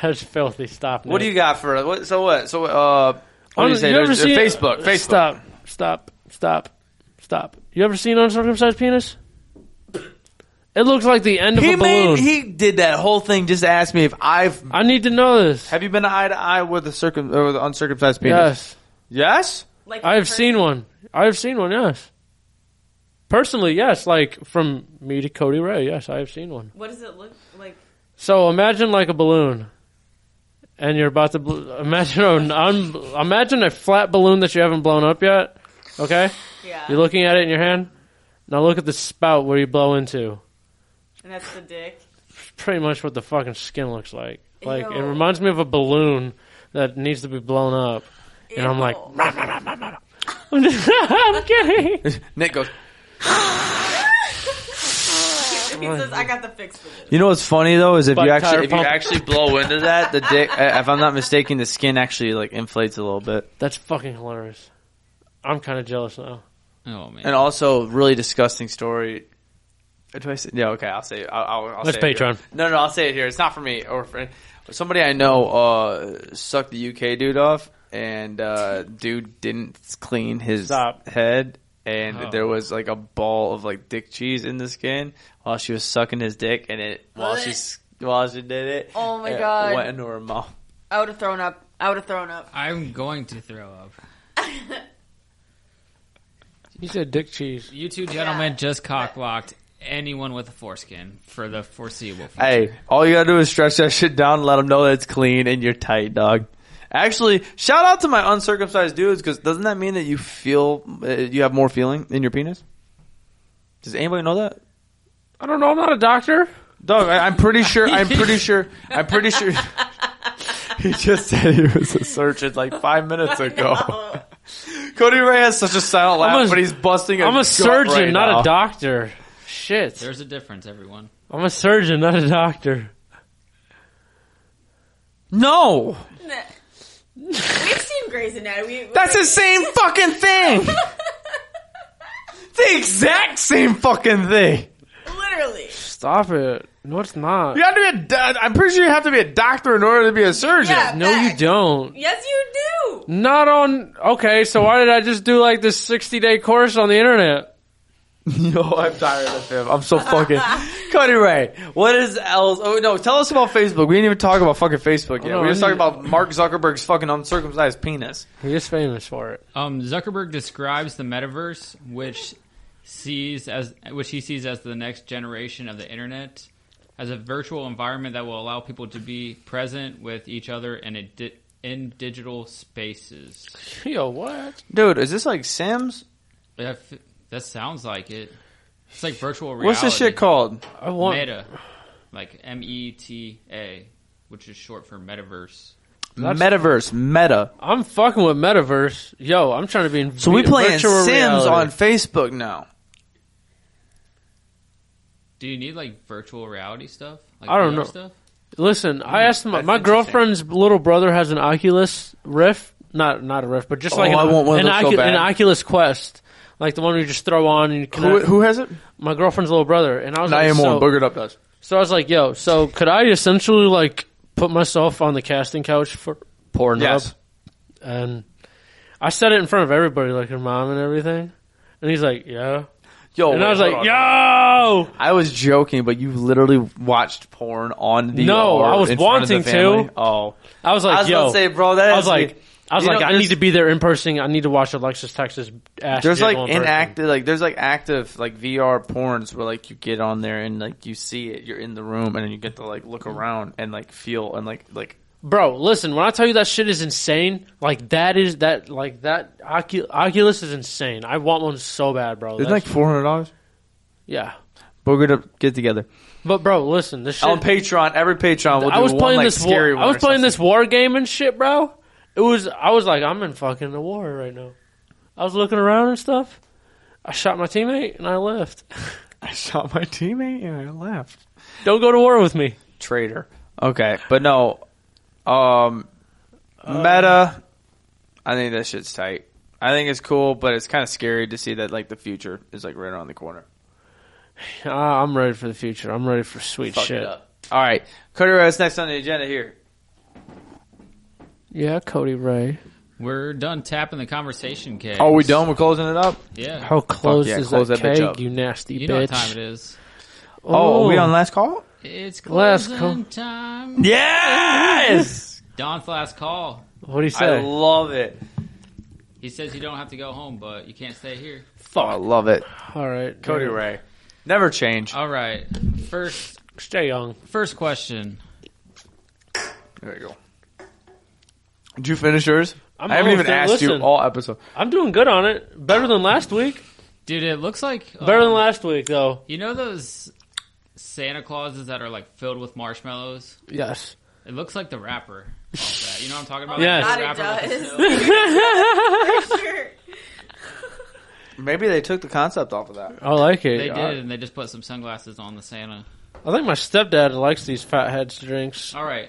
S2: That's filthy. Stop.
S1: What do you got for what so what? So uh what do you say?
S2: Oh, ever
S1: There's- uh,
S2: seen-
S1: Facebook. Facebook.
S2: Stop. Stop. Stop. Stop. You ever seen uncircumcised penis? It looks like the end of
S1: He
S2: a balloon.
S1: made he did that whole thing just to ask me if I've
S2: I need to know this.
S1: Have you been eye to eye with a circum or with an uncircumcised penis?
S2: Yes,
S1: Yes.
S3: Like
S2: I have
S3: per-
S2: seen one. I have seen one. Yes. Personally, yes. Like from me to Cody Ray, yes, I have seen one.
S3: What does it look like?
S2: So imagine like a balloon, and you're about to bl- imagine an un- imagine a flat balloon that you haven't blown up yet. Okay,
S3: Yeah,
S2: you're looking at it in your hand. Now look at the spout where you blow into.
S3: and that's the dick.
S2: Pretty much what the fucking skin looks like. Like it
S3: Ew.
S2: reminds me of a balloon that needs to be blown up, and I'm like,
S3: Ew.
S2: "Rah, rah, rah, rah, rah." I'm just- I'm kidding.
S1: Nick goes.
S3: he says, "I got the fix for this."
S1: You know what's funny though is if
S2: Like
S1: you actually
S2: Tyler
S1: if you
S2: Pump.
S1: actually blow into that, the dick. uh, If I'm not mistaken, the skin actually like inflates a little bit,
S2: That's fucking hilarious. I'm kind of jealous now.
S4: Oh man.
S1: and also really disgusting story. Uh, Do I say? Yeah, okay. I'll say. it. I'll, I'll, I'll
S2: That's
S1: say it here.
S2: Patreon.
S1: No, no, I'll say it here. It's not for me or for somebody I know. Uh, sucked the UK dude off, and uh, dude didn't clean his
S2: Stop.
S1: head, and
S4: Oh.
S1: there was like a ball of like dick cheese in the skin while she was sucking his dick, and it while she s- while she did it.
S3: Oh my
S1: it
S3: God.
S1: Went into her mouth.
S3: I would have thrown up. I would have thrown up.
S4: I'm going to throw up.
S2: You said dick cheese.
S4: You two gentlemen just cockblocked anyone with a foreskin for the foreseeable future.
S1: Hey, all you gotta do is stretch that shit down, let them know that it's clean, and you're tight, dog. Actually, shout out to my uncircumcised dudes because doesn't that mean that you feel uh, you have more feeling in your penis? Does anybody know that?
S2: I don't know. I'm not a doctor.
S1: Dog, I, I'm pretty sure. I'm pretty sure. I'm pretty sure. he just said he was a surgeon like five minutes ago.
S3: No.
S1: Cody Ray has such a silent
S2: I'm
S1: laugh,
S2: a-
S1: but he's busting. i
S2: I'm a surgeon, not a doctor. Shit.
S4: There's a difference, everyone.
S2: I'm a surgeon, not a doctor.
S1: No,
S3: We've seen Grey's Anatomy.
S1: that's the same fucking thing. the exact same fucking thing.
S3: literally.
S2: Stop it. No, it's not.
S1: You have to be a. do- I'm pretty sure you have to be a doctor in order to be a surgeon.
S3: Yeah.
S2: No, you
S3: Facts.
S2: don't.
S3: Yes, you do.
S1: do.
S2: Not on. Okay, so why did I just do like this 60 day course on the internet?
S1: Yo, I'm tired of him. I'm so fucking. Cody Ray, what is else? Oh, no, tell us about Facebook. We didn't even talk about fucking Facebook yet.
S2: Oh,
S1: we were just
S2: I
S1: talking
S2: need-
S1: about Mark Zuckerberg's fucking uncircumcised penis.
S2: He is famous for it.
S4: Um, Zuckerberg describes the metaverse, which sees as which he sees as the next generation of the internet, as a virtual environment that will allow people to be present with each other in a di- in digital spaces.
S2: Yo, what?
S1: Dude, is this like Sims?
S4: If, that sounds like it. It's like virtual reality.
S1: What's this shit called?
S2: I want.
S4: Meta, like M E T A, which is short for metaverse.
S2: That's-
S1: Metaverse, Meta.
S2: I'm fucking with metaverse. Yo, I'm trying to be in
S1: So we
S2: vi-
S1: playing
S2: virtual
S1: Sims
S2: reality.
S1: on Facebook now.
S4: Do you need like virtual reality stuff? Like
S2: I don't
S4: VR
S2: know.
S4: Stuff?
S2: Listen, I asked my,
S4: Hmm, that's
S2: my
S4: interesting.
S2: girlfriend's little brother has an Oculus Rift, not not a Rift, but just
S1: Oh,
S2: like an,
S1: I want one of
S2: an,
S1: those so
S2: Ocu-
S1: bad.
S2: an Oculus Quest, like the one you just throw on and
S1: Who,
S2: you connect.
S1: who has it?
S2: My girlfriend's little brother, and I was like,
S1: Naim
S2: so,
S1: Owen, Boogered Up does.
S2: so I was like, yo, so could I essentially like put myself on the casting couch for Pornhub?
S1: Yes.
S2: And I said it in front of everybody, like her mom and everything, and he's like, yeah,
S1: Yo,
S2: and
S1: Oh, wait,
S2: I was
S1: hold
S2: like,
S1: on.
S2: yo.
S1: I was joking, but you literally watched porn on the.
S2: No,
S1: or
S2: I was
S1: in front of the
S2: wanting to.
S1: family? Oh,
S2: I was like,
S1: I was
S2: yo,
S1: gonna say, bro, that
S2: I
S1: has
S2: was
S1: to be-
S2: like, I was
S1: You
S2: like,
S1: know,
S2: I need
S1: there's-
S2: to be there in person. I need to watch Alexis Texas ass.
S1: there's
S2: jiggle
S1: like
S2: in person.
S1: inactive, like there's like active, like VR porns where like you get on there and like you see it, you're in the room, and then you get to like look around and like feel and like like.
S2: Bro, listen, when I tell you that shit is insane, like that is that like that Ocu- Oculus is insane. I want one so bad, bro.
S1: It's
S2: That's-
S1: like four hundred dollars.
S2: yeah.
S1: Boogered up, get together
S2: But bro, listen, this shit
S1: on Patreon. Every Patreon, we'll
S2: I
S1: do
S2: was
S1: one,
S2: playing
S1: like,
S2: this
S1: scary
S2: war,
S1: one
S2: I was
S1: or
S2: playing
S1: something.
S2: this war game and shit, bro. It was I was like, I'm in fucking the war right now. I was looking around and stuff. I shot my teammate and I left.
S1: I shot my teammate and I left.
S2: Don't go to war with me.
S1: Traitor. Okay, but no, um, Meta. I think that shit's tight. I think it's cool, but it's kind of scary to see that like the future is like right around the corner.
S2: Uh, I'm ready for the future. I'm ready for sweet
S1: Fuck
S2: shit.
S1: it up. All right, Cody, what's next on the agenda here?
S2: Yeah, Cody Ray.
S4: We're done tapping the conversation, Kay.
S1: Are we done? We're closing it up.
S4: Yeah.
S2: How close
S1: yeah,
S2: is
S1: close
S2: that,
S1: that bitch
S2: keg,
S1: up.
S2: you nasty
S4: you
S2: bitch?
S4: know what time it is.
S1: Oh, are we on last call?
S4: It's
S2: Last
S4: closing time.
S1: Yes.
S4: Don's last call.
S2: What do you
S1: I
S2: say?
S1: love it.
S4: He says you don't have to go home, but you can't stay here.
S1: Fuck, I love it.
S2: All right,
S1: Cody
S2: dude.
S1: Ray, never change.
S4: All right. First,
S2: Stay young.
S4: first question.
S1: There you go. Did you finish yours?
S2: I'm
S1: I haven't even
S2: almost done.
S1: asked you
S2: Listen.
S1: all episode.
S2: I'm doing good on it. Better than last week.
S4: Dude, it looks like um,
S2: Better than last week, though.
S4: You know those Santa Clauses that are like filled with marshmallows?
S2: Yes.
S4: It looks like the wrapper. off that. You know what I'm talking about?
S2: Yes.
S4: Like
S3: God,
S4: the
S3: it
S4: wrapper with the
S3: does.
S4: snow.
S3: Sure.
S1: Maybe they took the concept off of that.
S2: I like it.
S4: They
S2: I,
S4: did, and they just put some sunglasses on the Santa.
S2: I think my stepdad likes these fatheads drinks.
S4: All right,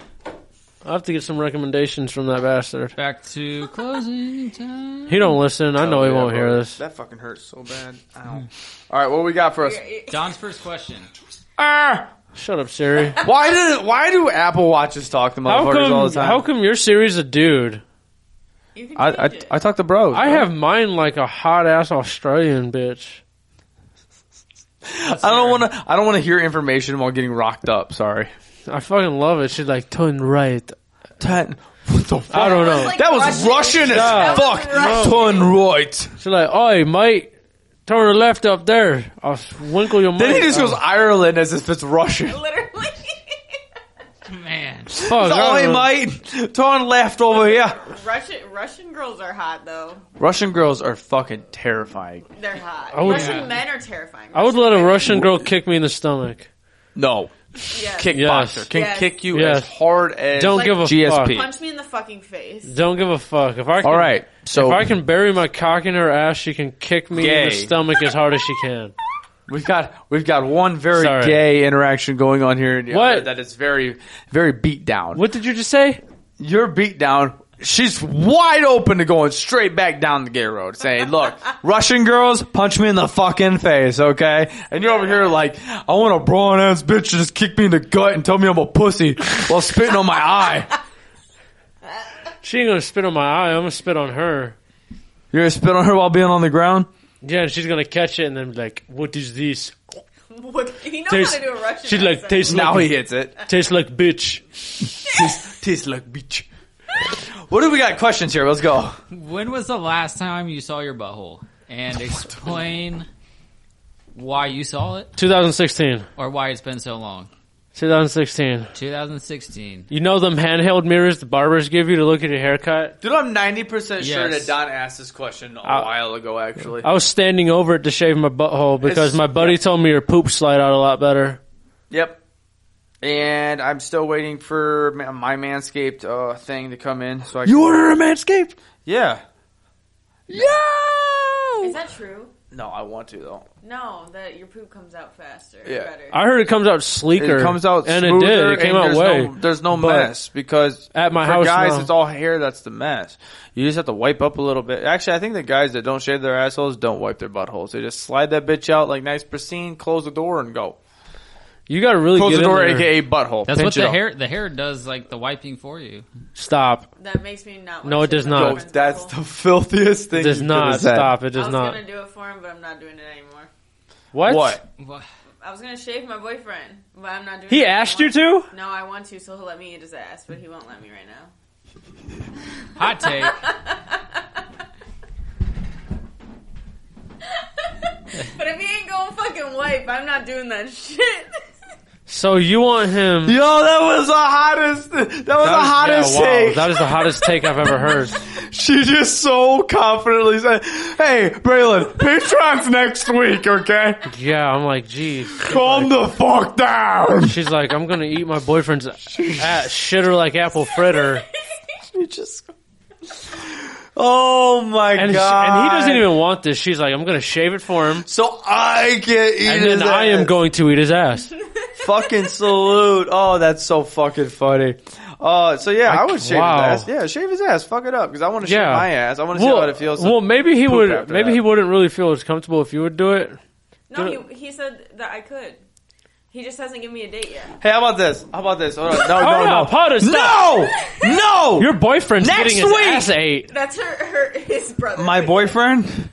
S2: I have to get some recommendations from that bastard.
S4: back to closing time.
S2: He don't listen. I know he
S1: Oh, yeah,
S2: won't
S1: bro.
S2: hear this.
S1: That fucking hurts so bad. Ow. All right, what we got for us?
S4: Don's first question.
S1: Ah!
S2: Shut up, Siri.
S1: Why did why do Apple watches talk to
S2: how
S1: motherfuckers all
S2: come?
S1: the time?
S2: How come your Siri's a dude?
S3: You can
S1: I,
S3: change
S1: I
S3: it.
S1: I talk to bros.
S2: I have mine like a hot ass Australian bitch.
S1: I don't want to. I don't want to hear information while getting rocked up. Sorry.
S2: I fucking love it. She's like turn right.
S1: That, what the fuck?
S2: I don't
S3: That was
S2: know.
S3: like
S1: that was Russian,
S3: Russian.
S1: as
S2: Yeah.
S1: fuck.
S3: That was
S1: Turn right.
S2: She's like, "Oi, mate, turn the left up there. I'll winkle your mic."
S1: Then he just
S2: Oh,
S1: goes Ireland as if it's Russian.
S3: Literally.
S4: Man,
S2: fuck, I
S1: Sorry,
S2: don't know.
S1: mate. Turn left over here.
S3: Russian Russian girls are hot though.
S1: Russian girls are fucking terrifying.
S3: They're hot.
S2: I would-
S3: Russian
S4: Yeah.
S3: men are terrifying.
S2: I would let a Russian girl kick me in the stomach.
S1: No,
S3: Yes.
S1: kickboxer can
S3: Yes.
S1: kick you
S2: Yes.
S1: as hard as
S2: Don't
S3: Like
S2: give a
S1: GSP.
S2: fuck.
S3: Punch me in the fucking face.
S2: Don't give a fuck. If I can,
S1: All right, so
S2: if I can bury my cock in her ass, she can kick me in
S1: Gay.
S2: the stomach as hard as she can.
S1: We've got we've got one very
S2: Sorry.
S1: gay interaction going on here. And the
S2: What?
S1: other That is very very beat down.
S2: What did you just say?
S1: Your beat down. She's wide open to going straight back down the gay road, saying, "Look, Russian girls, punch me in the fucking face, okay?" And you're over here like, "I want a brawn ass bitch to just kick me in the gut and tell me I'm a pussy while spitting on my eye."
S2: She ain't gonna spit on my eye. I'm gonna spit on her.
S1: You're gonna spit on her while being on the ground?
S2: Yeah, and she's gonna catch it and then be like, "What is this?"
S3: What, he knows
S2: Taste-
S3: how to do a Russian.
S2: she's like,
S3: accent.
S2: taste
S1: Now
S2: like,
S1: he hits it.
S2: tastes like bitch.
S1: tastes, tastes like beach. What do we got? Questions here. Let's go.
S4: When was the last time you saw your butthole? And explain why you saw it
S2: 2016,
S4: or why it's been so long.
S2: 2016.
S4: 2016.
S2: You know them handheld mirrors the barbers give you to look at your haircut.
S1: Dude, I'm 90% sure that
S4: Yes.
S1: Don asked this question a while ago, actually.
S2: I was standing over it to shave my butthole because
S1: It's-
S2: my buddy told me your poop slide out a lot better.
S1: Yep. And I'm still waiting for ma- my Manscaped uh, thing to come in. So I can-
S2: ordered a Manscaped?
S1: Yeah.
S3: Is that true?
S1: No, I want to, though.
S3: No, that your poop comes out faster.
S1: Yeah.
S3: Better.
S2: I heard it comes out sleeker.
S1: It comes out
S2: and
S1: smoother,
S2: it did. It came
S1: and
S2: out
S1: there's
S2: way.
S1: No, there's no
S2: But
S1: mess because
S2: at my
S1: for
S2: house
S1: guys,
S2: now-
S1: it's all hair. That's the mess. You just have to wipe up a little bit. Actually, I think the guys that don't shave their assholes don't wipe their buttholes. They just slide that bitch out like nice pristine, close the door and go.
S2: You gotta really
S1: Close
S2: get
S1: the
S2: in
S1: door,
S2: there.
S1: aka butthole.
S4: That's
S1: Pinch
S4: what
S1: it
S4: the
S1: up.
S4: hair the hair does, like the wiping for you.
S2: Stop.
S3: that makes me not. want
S2: No,
S3: to
S2: it does
S3: shave
S2: not.
S3: my
S1: Yo,
S3: friend's
S1: that's
S3: butthole.
S1: the filthiest thing.
S2: Does
S1: you
S2: not
S1: could've said.
S2: stop. It
S3: I
S2: does
S3: was
S2: not.
S3: gonna do it for him, but I'm not doing it anymore.
S2: What?
S1: What?
S3: I was gonna shave my boyfriend, but I'm not doing.
S2: He
S3: it
S2: asked you
S3: anymore.
S2: to?
S3: No, I want to, so he'll let me eat his ass, but he won't let me right now.
S4: Hot take.
S3: But if he ain't going fucking wipe, I'm not doing that shit.
S2: So you want him?
S1: Yo, that was the hottest. That was the hottest
S2: yeah, wow.
S1: take.
S2: That is the hottest take I've ever heard.
S1: She just so confidently said, "Hey, Braylon, Patreon's next week, okay?
S2: Yeah, I'm like, geez.
S1: Calm the fuck down."
S2: She's like, I'm gonna eat my boyfriend's at shitter like apple fritter,
S1: You just. Oh my
S2: and, she-
S1: god!
S2: and he doesn't even want this. She's like, I'm gonna shave it for him,
S1: So I get eat
S2: and
S1: his
S2: then I am
S1: ass.
S2: going to eat his ass.
S1: fucking salute. Oh, that's so fucking funny. Uh, so yeah, I, would shave
S2: wow.
S1: his ass. Yeah, shave his ass. Fuck it up because I want to shave
S2: Yeah.
S1: my ass. I want to see how it feels. to
S2: well, maybe he
S1: poop
S2: would.
S1: after
S2: Maybe
S1: that.
S2: he wouldn't really feel as comfortable if you would do it.
S3: No, he, he said that I could. He just hasn't given me a date yet.
S1: Hey, how about this? How about this? Hold on. No, no,
S2: Oh,
S1: no.
S2: Potter, stop.
S1: No! No!
S2: Your boyfriend's
S1: Next
S2: getting his
S1: week!
S2: ass ate.
S3: That's her, her his brother.
S1: my boyfriend?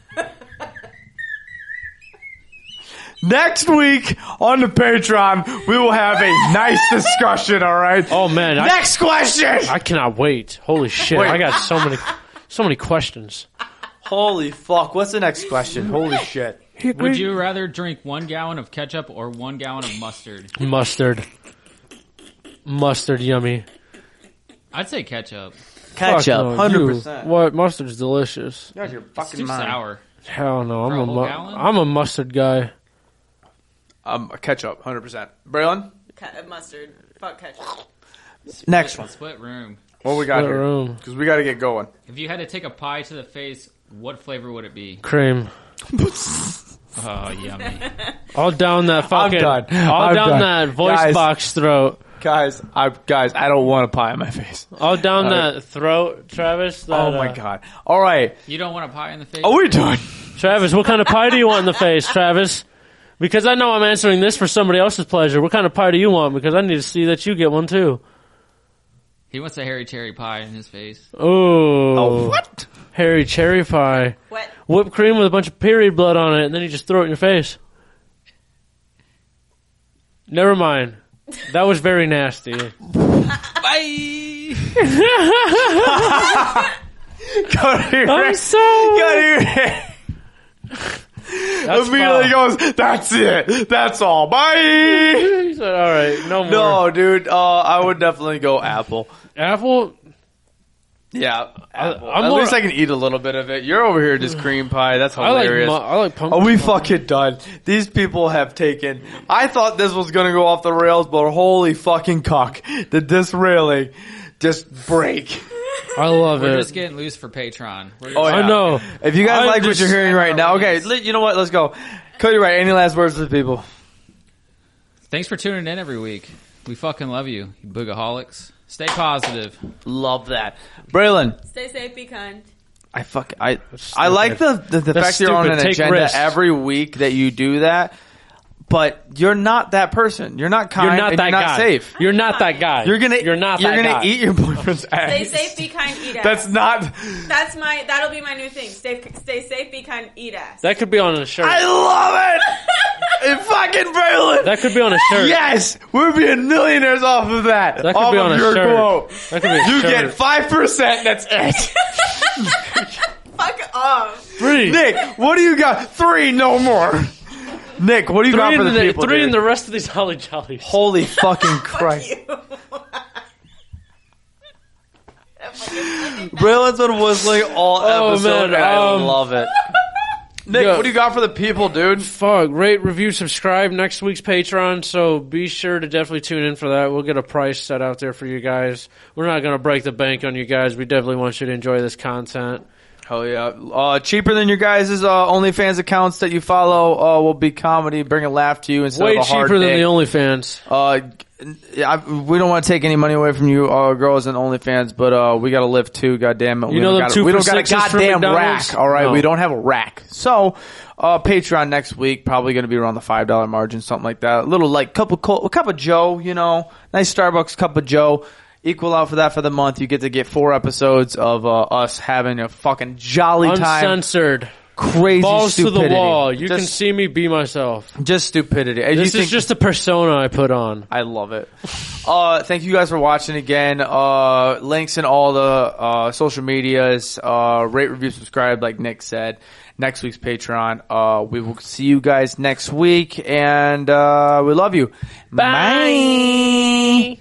S1: Next week on the Patreon, we will have a nice discussion, alright?
S2: Oh man, I,
S1: Next question!
S2: I cannot wait. Holy shit,
S1: Wait.
S2: I got so many, so many questions.
S1: Holy fuck, what's the next question? Holy shit.
S4: Would you rather drink one gallon of ketchup or one gallon of mustard?
S2: mustard? Mustard, yummy.
S4: I'd say ketchup.
S2: Fuck no,
S1: Ketchup,
S2: you-
S1: hundred percent.
S2: What mustard's delicious?
S1: You're out of your
S4: It's too
S1: fucking mind.
S4: sour.
S2: Hell no,
S4: For
S2: I'm
S4: a
S2: a,
S4: whole
S2: mu-
S4: gallon?
S2: I'm a mustard guy.
S1: Um, ketchup, hundred percent. Braylon,
S3: Ca- mustard. Fuck ketchup.
S1: next one.
S4: Split room.
S1: What we got
S2: What
S1: here?
S2: room?
S1: Because we got to get going.
S4: If you had to take a pie to the face, what flavor would it be?
S2: Cream.
S4: Oh, yummy.
S2: All down that fucking.
S1: done.
S2: All
S1: I'm
S2: down
S1: done.
S2: that voice
S1: Guys.
S2: box throat.
S1: Guys, I guys, I don't want a pie in my face.
S2: All down
S1: Alright.
S2: that throat, Travis. that,
S1: Oh my
S2: uh,
S1: god! All right,
S4: You don't want a pie in the face?
S1: are Oh, we doing?
S2: Travis, what kind of pie do you want in the face, Travis? Because I know I'm answering this for somebody else's pleasure. What kind of pie do you want? Because I need to see that you get one too.
S4: He wants a hairy cherry pie in his face.
S2: Ooh.
S1: Oh, what?
S2: Hairy cherry pie.
S3: What?
S2: Whipped cream with a bunch of period blood on it, and then you just throw it in your face. Never mind. That was very nasty.
S4: Bye!
S1: Go to your
S2: I'm so.
S1: Go to your hair.
S2: That's
S1: Immediately
S2: foul.
S1: goes. That's it. That's all. Bye.
S2: He said, all right, no more.
S1: No, dude. Uh, I would definitely go apple.
S2: Apple.
S1: Yeah, apple.
S2: I'm
S1: at
S2: more-
S1: least I can eat a little bit of it. You're over here just cream pie. That's
S2: I like.
S1: hilarious.
S2: mu- I like pumpkin.
S1: Are we fucking done? These people have taken. I thought this was gonna go off the rails, but holy fucking cock! Did this really just break?
S2: I love
S4: We're
S2: it.
S4: just getting loose for Patreon. We're
S1: Oh,
S2: I
S1: yeah.
S2: know.
S1: If you guys
S2: I'm
S1: like what
S2: just-
S1: you're hearing right now, okay, li- you know what? Let's go. Cody, right? Any last words to the people?
S4: Thanks for tuning in every week. We fucking love you, you boogaholics. Stay positive.
S1: Love that, Braylon.
S3: Stay safe. Be kind.
S1: I fuck. I
S2: That's
S1: I like the
S2: stupid.
S1: the, the
S2: That's
S1: fact you're on
S2: stupid.
S1: an
S2: Take
S1: agenda
S2: risks.
S1: every week that you do that. But you're not that person. You're not kind.
S2: You're not
S1: and
S2: that
S1: you're not
S2: guy.
S1: safe.
S2: You're not that guy.
S1: You're gonna.
S2: You're not.
S1: You're
S2: that
S1: gonna
S2: guy.
S1: eat your boyfriend's ass.
S3: Stay safe, be kind, eat ass.
S1: That's not.
S3: That's my. That'll be my new thing. Stay, stay safe, be kind, eat ass.
S2: That could be on a shirt.
S1: I love it. it fucking brilliant.
S2: that could be on a shirt.
S1: Yes, we're being millionaires off of that.
S2: That could
S1: off
S2: be
S1: of
S2: on a
S1: your
S2: shirt.
S1: quote.
S2: That could be a
S1: You
S2: shirt.
S1: get five percent. That's it.
S3: Fuck off.
S2: three.
S1: Nick, what do you got? Three, no more. Nick, what do you got
S2: Three,
S1: for
S2: in
S1: the,
S2: the,
S1: people?
S2: three
S1: dude?
S2: in the rest of these holly jollies.
S1: Holy fucking Christ! Braylon's been whistling all
S2: Oh,
S1: episode.
S2: man,
S1: and I
S2: um,
S1: love it. Nick,
S2: Yeah.
S1: what do you got for the people, dude?
S2: Fuck. Rate, review, subscribe. Next week's Patreon. So be sure to definitely tune in for that. We'll get a price set out there for you guys. We're not gonna break the bank on you guys. We definitely want you to enjoy this content.
S1: Hell yeah! Uh, cheaper than your guys' uh, OnlyFans accounts that you follow uh, will be comedy, bring a laugh to you instead
S2: Way
S1: of a hard
S2: cheaper
S1: day.
S2: than the OnlyFans.
S1: Uh, I, we don't want to take any money away from you, uh, girls and OnlyFans, but uh, we got to live too. Goddamn it, we
S2: You know
S1: don't
S2: them
S1: got
S2: two
S1: we
S2: for
S1: don't got a
S2: sixes from
S1: goddamn
S2: McDonald's?
S1: rack. All right,
S2: No.
S1: we don't have a rack. So, uh, Patreon next week probably going to be around the five dollar margin, something like that. A little like cup of cold, a cup of Joe, you know, nice Starbucks cup of Joe. Equal out for that for the month. You get to get four episodes of uh, us having a fucking jolly time,
S2: Uncensored.
S1: crazy
S2: Balls
S1: stupidity.
S2: to the wall. You can
S1: just,
S2: see me be myself.
S1: just stupidity. And you
S2: This is
S1: think-
S2: just a persona I put on.
S1: I love it. Uh, thank you guys for watching again. Uh, links in all the uh, social medias. Uh, rate, review, subscribe, like Nick said. Next week's Patreon. Uh, we will see you guys next week, and uh, we love you. Bye.